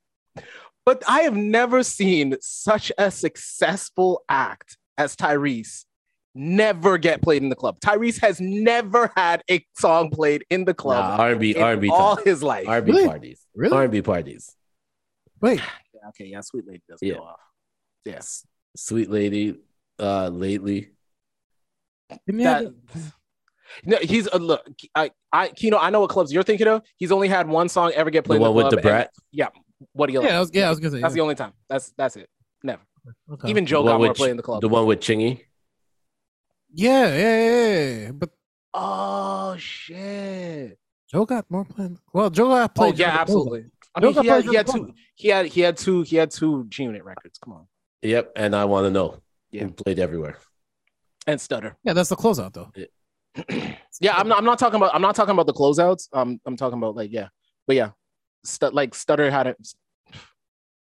but I have never seen such a successful act as Tyrese never get played in the club. Tyrese has never had a song played in the club
Nah, R&B,
in
R&B,
all
time.
his life.
R&B
Really?
parties,
Really?
R&B parties.
Wait,
Yeah, okay, yeah, Sweet Lady does
Yeah.
go off. Yes.
Sweet lady, uh, lately.
give me
That,
a-
no, he's a look. I, I, Kino, I know what clubs you're thinking of. He's only had one song ever get
The
played. in
one with
club,
the
and
brat.
What do you like?
yeah, I was, yeah, I was gonna say.
That's
yeah.
the only time. That's that's it. Never.
Okay.
Even Joe
The one
got more
with
play in the club.
The one with Chingy.
yeah, yeah, yeah, yeah. But
Oh shit.
Joe got more playing. Well, Joe got
Oh
played.
yeah,
Joe
absolutely. I
Joe
mean,
got
he had,
played
he had
Joe
two. He had he had two. He had two G Unit records. Come on.
Yep, and I want to know.
Yeah.
He played everywhere.
And Stutter.
Yeah, that's the closeout though.
Yeah, I'm not. I'm not talking about. I'm not talking about the closeouts. Um, I'm talking about like yeah, but yeah, Stu- like Stutter had it.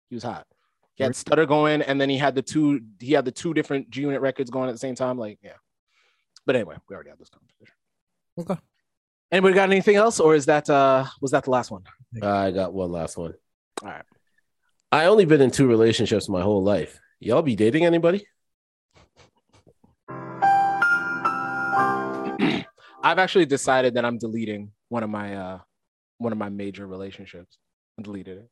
He was hot. He had Stutter going, and then he had the two. He had the two different G Unit records going at the same time. Like yeah. But anyway, we already had this conversation.
Okay.
Anybody got anything else, or is that uh was that the last one?
I got one last one.
All right.
I only been in two relationships my whole life. Y'all be dating anybody?
I've actually decided that I'm deleting one of my uh one of my major relationships. I deleted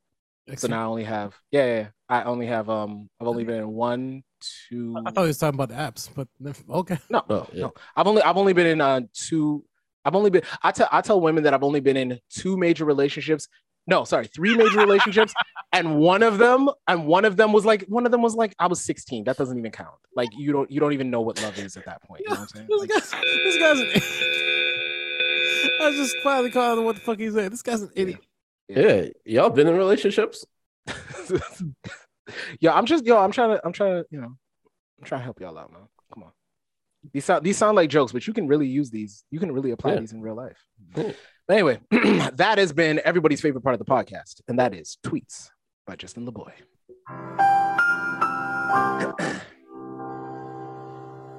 it. So now I only have yeah, yeah, yeah. I only have um I've only been in one, two
I thought he was talking about the apps, but if- okay.
no,
Oh, yeah.
no. I've only I've only been in uh two I've only been I tell I tell women that I've only been in two major relationships. No, sorry, three major relationships and one of them and one of them was like one of them was like I was 16. That doesn't even count. Like you don't you don't even know what love is at that point. You know what I'm saying?
This
Like,
guy's, this guy's an I just finally called him what the fuck he's saying. This guy's an idiot.
Yeah. Y'all been in relationships?
yo, I'm just yo, I'm trying to, I'm trying to, you know, I'm trying to help y'all out, man. Come on. These sound these sound like jokes, but you can really use these. You can really apply
Yeah.
these in real life.
Cool.
Anyway, that has been everybody's favorite part of the podcast, and that is tweets by Justin LeBoy.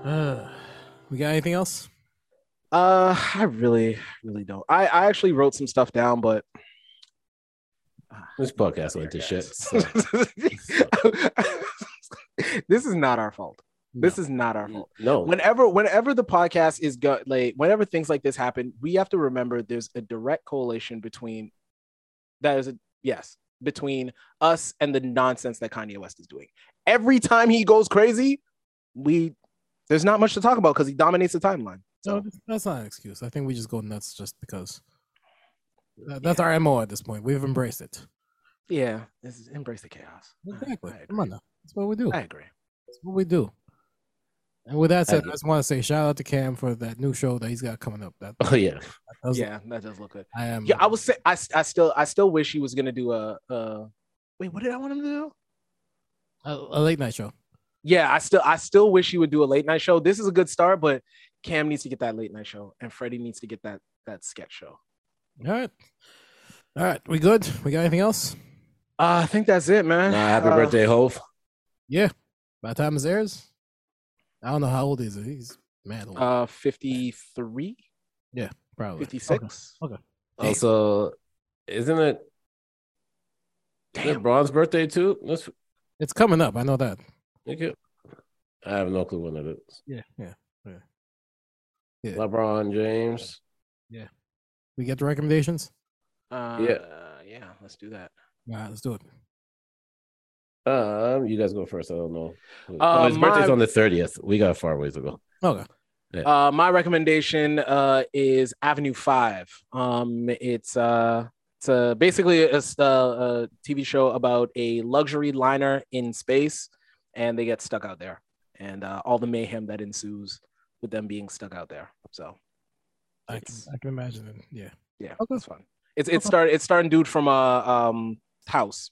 Uh, we got anything else?
Uh, I really, really don't. I, I actually wrote some stuff down, but
This podcast went to shit. so.
this is not our fault. This is not our fault.
No,
Whenever, whenever the podcast is go- like, whenever things like this happen, we have to remember there's a direct correlation between that is a yes between us and the nonsense that Kanye West is doing. Every time he goes crazy, we there's not much to talk about because he dominates the timeline.
No, that's- that's not an excuse. I think we just go nuts just because. That- That's our MO at this point. We've embraced it.
Yeah, this is embrace the chaos.
Exactly. Come on now. That's what we do.
I agree.
That's what we do. And with that said, I
agree.
just want to say shout out to Cam for that new show that he's got coming up. That,
Oh yeah.
that was-
Yeah, that does look good.
I am.
Yeah, I was say I, I still I still wish he was gonna do a uh wait, what did I want him to do?
a, a late night show.
Yeah, I still I still wish he would do a late night show. This is a good start, but Cam needs to get that late night show and Freddie needs to get that that sketch show.
All right. All right. We good? We got anything else?
Uh, I think that's it,
Nah,
man.
happy
Uh,
birthday, Hove.
Yeah. By the time it's airs, I don't know how old is it. He's mad old.
Uh 53,
yeah, probably.
56.
Okay. okay.
Also, isn't it? Isn't it Braun's birthday too? That's
It's coming up. I know that.
okay. I have no clue when it is.
Yeah. Yeah. Yeah.
LeBron James.
We get the recommendations?
Uh,
Yeah.
yeah, let's do that.
All right. Let's do it.
Um, you guys go first. I don't know.
Uh,
oh, his birthday's
my-
on the thirtieth. We got far ways to go.
Okay.
Uh, my recommendation uh, is Avenue Five. Um, it's uh, it's uh, basically it's a, uh, a TV show about a luxury liner in space, and they get stuck out there, and uh, all the mayhem that ensues with them being stuck out there. So
I can, I can imagine it. Yeah.
yeah,
Okay.
it's fun. It's it's start it's starting dude from a um, house.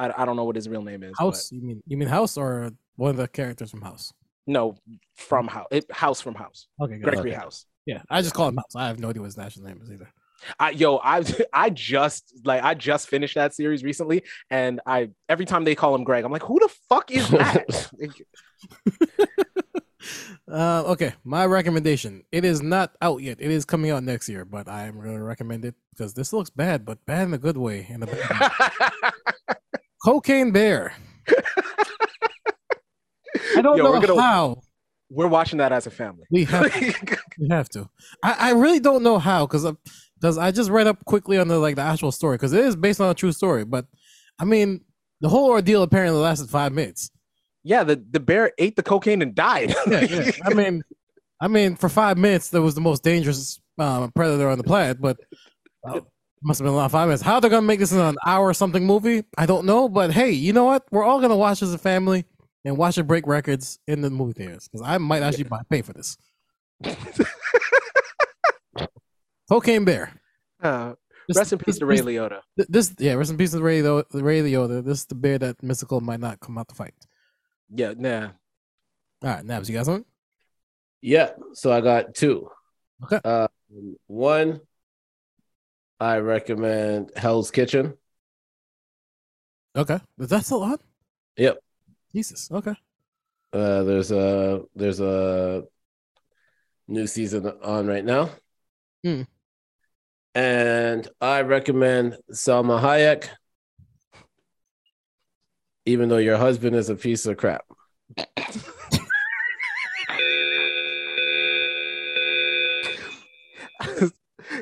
I, I don't know what his real name is. but-
House? You mean you mean House or one of the characters from House?
no, from house. It, house from house.
Mm. Okay. Got it.
Gregory
Okay.
House.
Yeah. I just call him House. I have no idea what his national name is either.
I yo, I I just like I just finished that series recently, and I every time they call him Greg, I'm like, who the fuck is that? Like,
Uh, okay, my recommendation. It is not out yet. It is coming out next year, but I am going to recommend it because this looks bad, but bad in a good way. In a bad way. Cocaine Bear. I don't
Yo,
know
we're gonna-
how
We're watching that as a family.
we have we have to. I, I really don't know how because because I just read up quickly on the like the actual story because it is based on a true story. But I mean, the whole ordeal apparently lasted five minutes.
yeah, the, the bear ate the cocaine and died.
Yeah, yeah. I mean, I mean, for five minutes, that was the most dangerous um, predator on the planet. But uh, must have been a lot of five minutes. How they're gonna make this in an hour or something movie, I don't know. But hey, you know what? We're all gonna watch as a family and watch it break records in the movie theaters because I might actually buy, pay for this. Cocaine Bear.
Uh,
This-
rest in peace
this-
to Ray
this-
Liotta.
th- This, yeah, rest in peace to Ray, Lio- Ray Liotta. This is the bear that Mystical might not come out to fight.
Yeah, nah.
All right, Nabs, you guys on?
Yeah, so I got two.
Okay.
Um, one, I recommend Hell's Kitchen.
Okay, is that still on?
Yep.
Jesus. Okay.
Uh, there's a there's a new season on right now,
Hmm.
and I recommend Salma Hayek. Even though your husband is a piece of crap,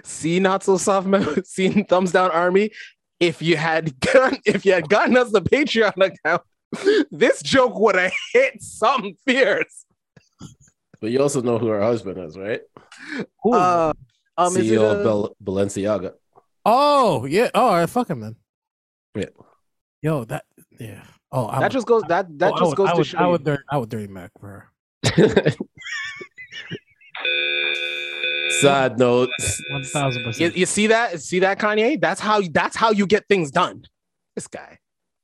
See, not so soft. Mem- See, thumbs down army. If you had gotten, if you had gotten us the Patreon account, this joke would have hit something fierce.
but you also know who her husband is, right?
Uh, um, is it
CEO
a-
of Bal- Balenciaga.
Oh yeah. Oh, all right. Fuck him then.
Yeah.
Yo, that yeah. Oh, I
that
would,
just goes that that
oh, I
just
would-
goes
I
to
would,
show
I
you.
would, dirty, I would dirty Mac for her.
Side note.
One thousand
you,
percent.
you see that see that Kanye that's how that's how you get things done this guy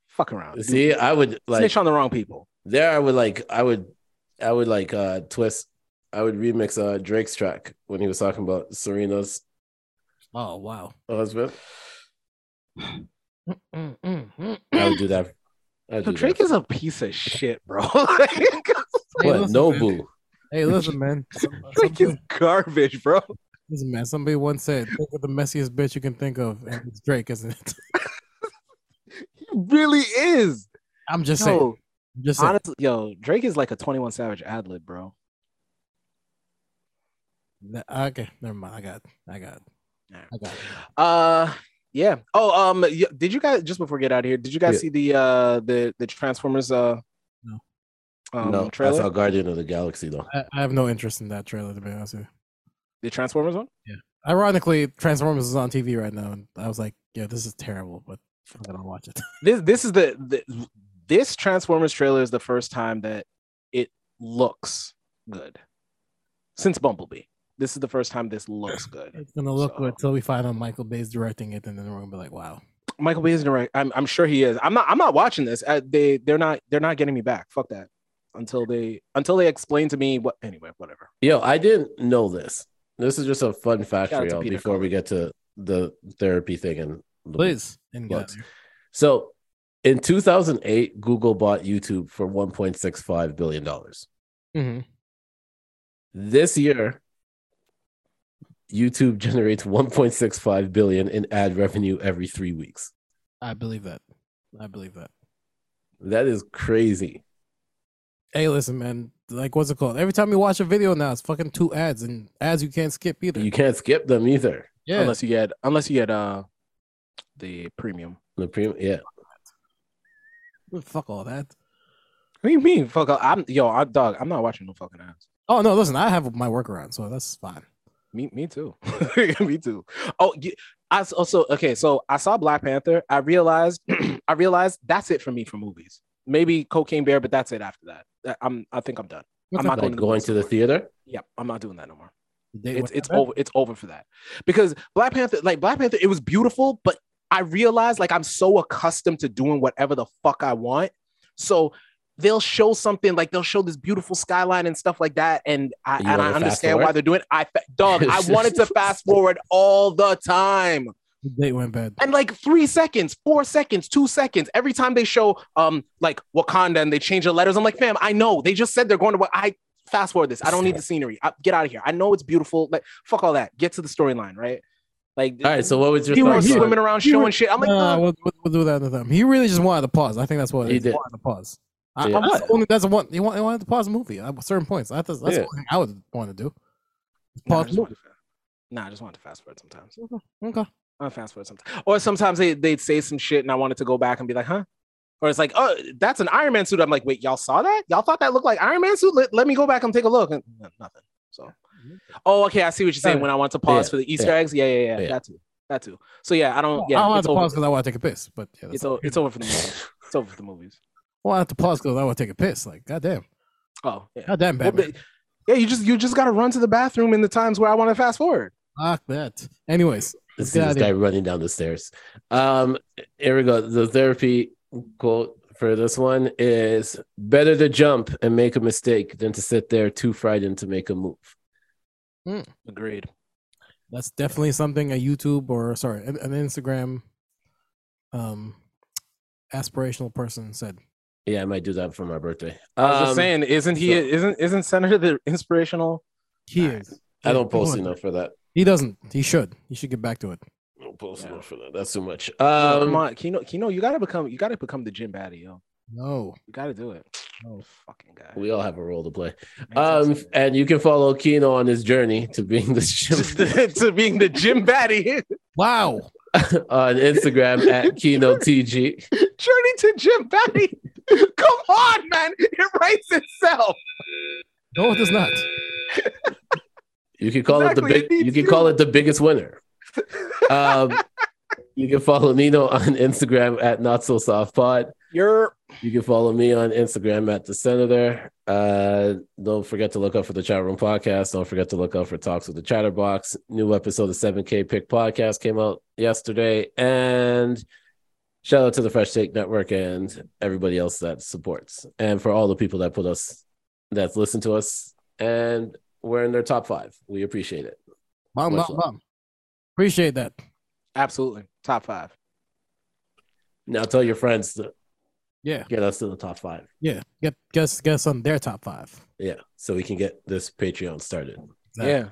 fuck around
See, I would like
snitch on the wrong people
there. I would like. I would. I would like uh twist I would remix uh, Drake's track when he was talking about Serena's
Oh wow.
husband.
Mm-hmm.
I would do that. I would
So
do
Drake
that.
is a piece of shit, bro.
Hey,
What?
listen, man.
Nobu.
Hey, listen, man.
Drake is garbage, bro.
Listen, man. Somebody once said, "Think of the messiest bitch you can think of," and it's Drake, isn't it?
Really is.
I'm just saying.
Yo,
I'm just saying.
honestly, yo, Drake is like a 21 Savage ad lib, bro.
Ne- Okay, never mind. I got. I got. I got.
Uh yeah. Oh, um y- did you guys just before we get out of here, did you guys
Yeah.
see the uh the the Transformers uh
No.
um,
no,
trailer?
I saw Guardian of the Galaxy though.
I, I have no interest in that trailer, to be honest with you.
The Transformers one?
Ironically, Transformers is on TV right now, and I was like, "Yeah, this is terrible," but I'm gonna watch it.
This this is the, the this Transformers trailer is the first time that it looks good since Bumblebee. This is the first time this looks good.
It's gonna look
So-
good until we find out Michael Bay's directing it, and then we're gonna be like, "Wow."
Michael Bay is direct. I'm, I'm sure he is. I'm not. I'm not watching this. Uh, they they're not they're not getting me back. Fuck that. Until they until they explain to me what. Anyway, whatever.
Yo, I didn't know this. This is just a fun fact
Shout out
for
to
y'all
Peter
before we get to the therapy thing and the
Please, and get out
Looks.
there.
So in 2008, Google bought YouTube for $1.65 billion.
Mhm.
This year, YouTube generates 1.65 billion in ad revenue every three weeks.
I believe that. I believe that.
That is crazy.
Hey, listen, man. Like, what's it called? Every time you watch a video now, it's fucking two ads, and ads you can't skip either.
You can't skip them either.
yeah,
Unless you get unless you get uh the premium.
The premium, yeah.
fuck all that.
What do you mean? Fuck. I'm yo. I dog. I'm not watching no fucking ads.
Oh no, listen, I have my workaround, so that's fine.
Me me too. me too. Oh, yeah, I s- also okay. So I saw Black Panther. I realized I realized that's it for me for movies. Maybe Cocaine Bear, but that's it after that. Uh, I'm I think I'm done. I'm
Okay.
not going
Like
to
going to the theater.
Yep, I'm not doing that no more.
They-
it's it's
whatever.
over it's over for that because black panther like black panther it was beautiful but i realized like i'm so accustomed to doing whatever the fuck i want so they'll show something like they'll show this beautiful skyline and stuff like that and i, and
You wanna
I
fast
understand why
forward?
they're doing it. i fa- dog i wanted to fast forward all the time
The date went bad.
and like three seconds, four seconds, two seconds. Every time they show um like Wakanda and they change the letters, I'm like, fam, I know they just said they're going to. Wa- I fast forward this. I don't need the scenery. I, get out of here. I know it's beautiful. Like fuck all that. Get to the storyline, right? Like
All right. So what was your
people were
thoughts? on
swimming around
He
showing
was-
shit. I'm like,
nah,
"Dog,
we'll, we'll, we'll do that another time. He really just wanted to pause. I think that's what
He
it is.
did.
wanted to pause. I,
Yeah.
I was only that's one he wanted, he wanted to pause the movie at certain points. I thought that's
Yeah.
the only thing I would want to do.
nah, I
Pause
just
the
wanted to fa- Nah, I just wanted to fast forward sometimes.
movie. Okay.
I fast forward sometimes, or sometimes they they'd say some shit and I wanted to go back and be like, huh. Or it's like, oh, that's an Iron Man suit. I'm like, wait, y'all saw that? Y'all thought that looked like Iron Man suit? Let, let me go back and take a look. And no- nothing. So, oh, okay, I see what you're saying. When I want to pause
Yeah,
for the Easter eggs, yeah, yeah, yeah,
Yeah.
that too, that too. So yeah,
Oh,
I don't.
I
Yeah,
don't have
it's
to pause
over.
because I want to take a piss. But yeah, that's
It's,
all.
o- it's over for the movies. It's over for the movies.
I want to pause because I want to take a piss. Like, goddamn,
Oh, yeah.
goddamn,
Well,
Batman.
but- yeah, you just you just gotta run to the bathroom in the times where I want to fast forward.
Fuck that. Anyways,
Let's
let's
see
get
this
out of
guy
here.
running down the stairs. Um, here we go. The therapy quote for this one is better to jump and make a mistake than to sit there too frightened to make a move.
Agreed.
That's definitely something a YouTube or sorry, an, an Instagram, um, aspirational person said.
Yeah, I might do that for my birthday.
I was
Um,
just saying, isn't he?
so-
isn't isn't Senator the inspirational?
He is.
I don't post
He-
enough for that.
He doesn't. He should. He should get back to it.
I don't post
Yeah.
enough for that. That's too much.
Come
Um,
on, Kino, Kino, you gotta become you gotta become the gym baddie, yo.
No.
You gotta do it. Oh,
No.
Fucking guy.
we all have a role to play.
Makes
Um,
sense.
and you can follow Kino on his journey to being this gym
to being the gym baddie.
Wow.
on Instagram at Kino TG.
Journey to gym baddie. Come on, man. It writes itself.
No, it does not.
You can call
Exactly, it
it the big.
needs
You can
you.
call it the biggest winner. Um, you can follow Nino on Instagram at Not So Soft Pod.
You're
You can follow me on Instagram at the Senator. Uh, don't forget to look up for the Chat Room Podcast. Don't forget to look out for Talks with the Chatterbox. New episode of Seven K Pick Podcast came out yesterday, and shout out to the Fresh Take Network and everybody else that supports, and for all the people that put us that's listened to us and we're in their top five. We appreciate it.
Bum,
Much
bum,
love.
bum. Appreciate that.
Absolutely. Top five.
Now tell your friends to
Yeah.
get us to the top five.
Yeah. Get guess guess on their top five.
Yeah. So we can get this Patreon started.
Yeah.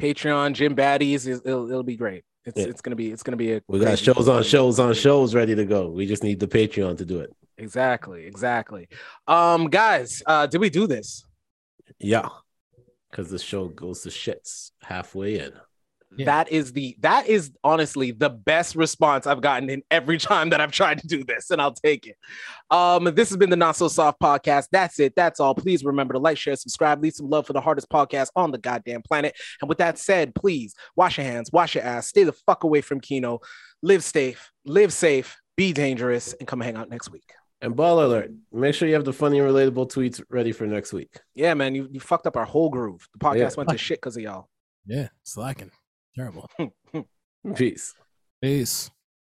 Patreon, Jim Baddies, is, it'll, it'll be great. It's
Yeah.
it's gonna be it's gonna be a
We got
crazy-
shows on shows on shows ready to go. We just need the Patreon to do it.
Exactly, exactly. Um, guys, uh, did we do this?
Yeah. Because the show goes to shits halfway in.
That is the that is honestly the best response I've gotten in every time that I've tried to do this, and I'll take it. Um, this has been the Not So Soft podcast. That's it. That's all. Please remember to like, share, subscribe, leave some love for the hardest podcast on the goddamn planet. And with that said, please wash your hands, wash your ass, stay the fuck away from Kino, live safe, live safe, be dangerous, and come hang out next week.
And ball alert, make sure you have the funny and relatable tweets ready for next week.
Yeah, man, you, you fucked up our whole groove. The podcast
Yeah.
went to shit because of y'all.
Yeah. Slacking. Terrible.
Peace.
Peace.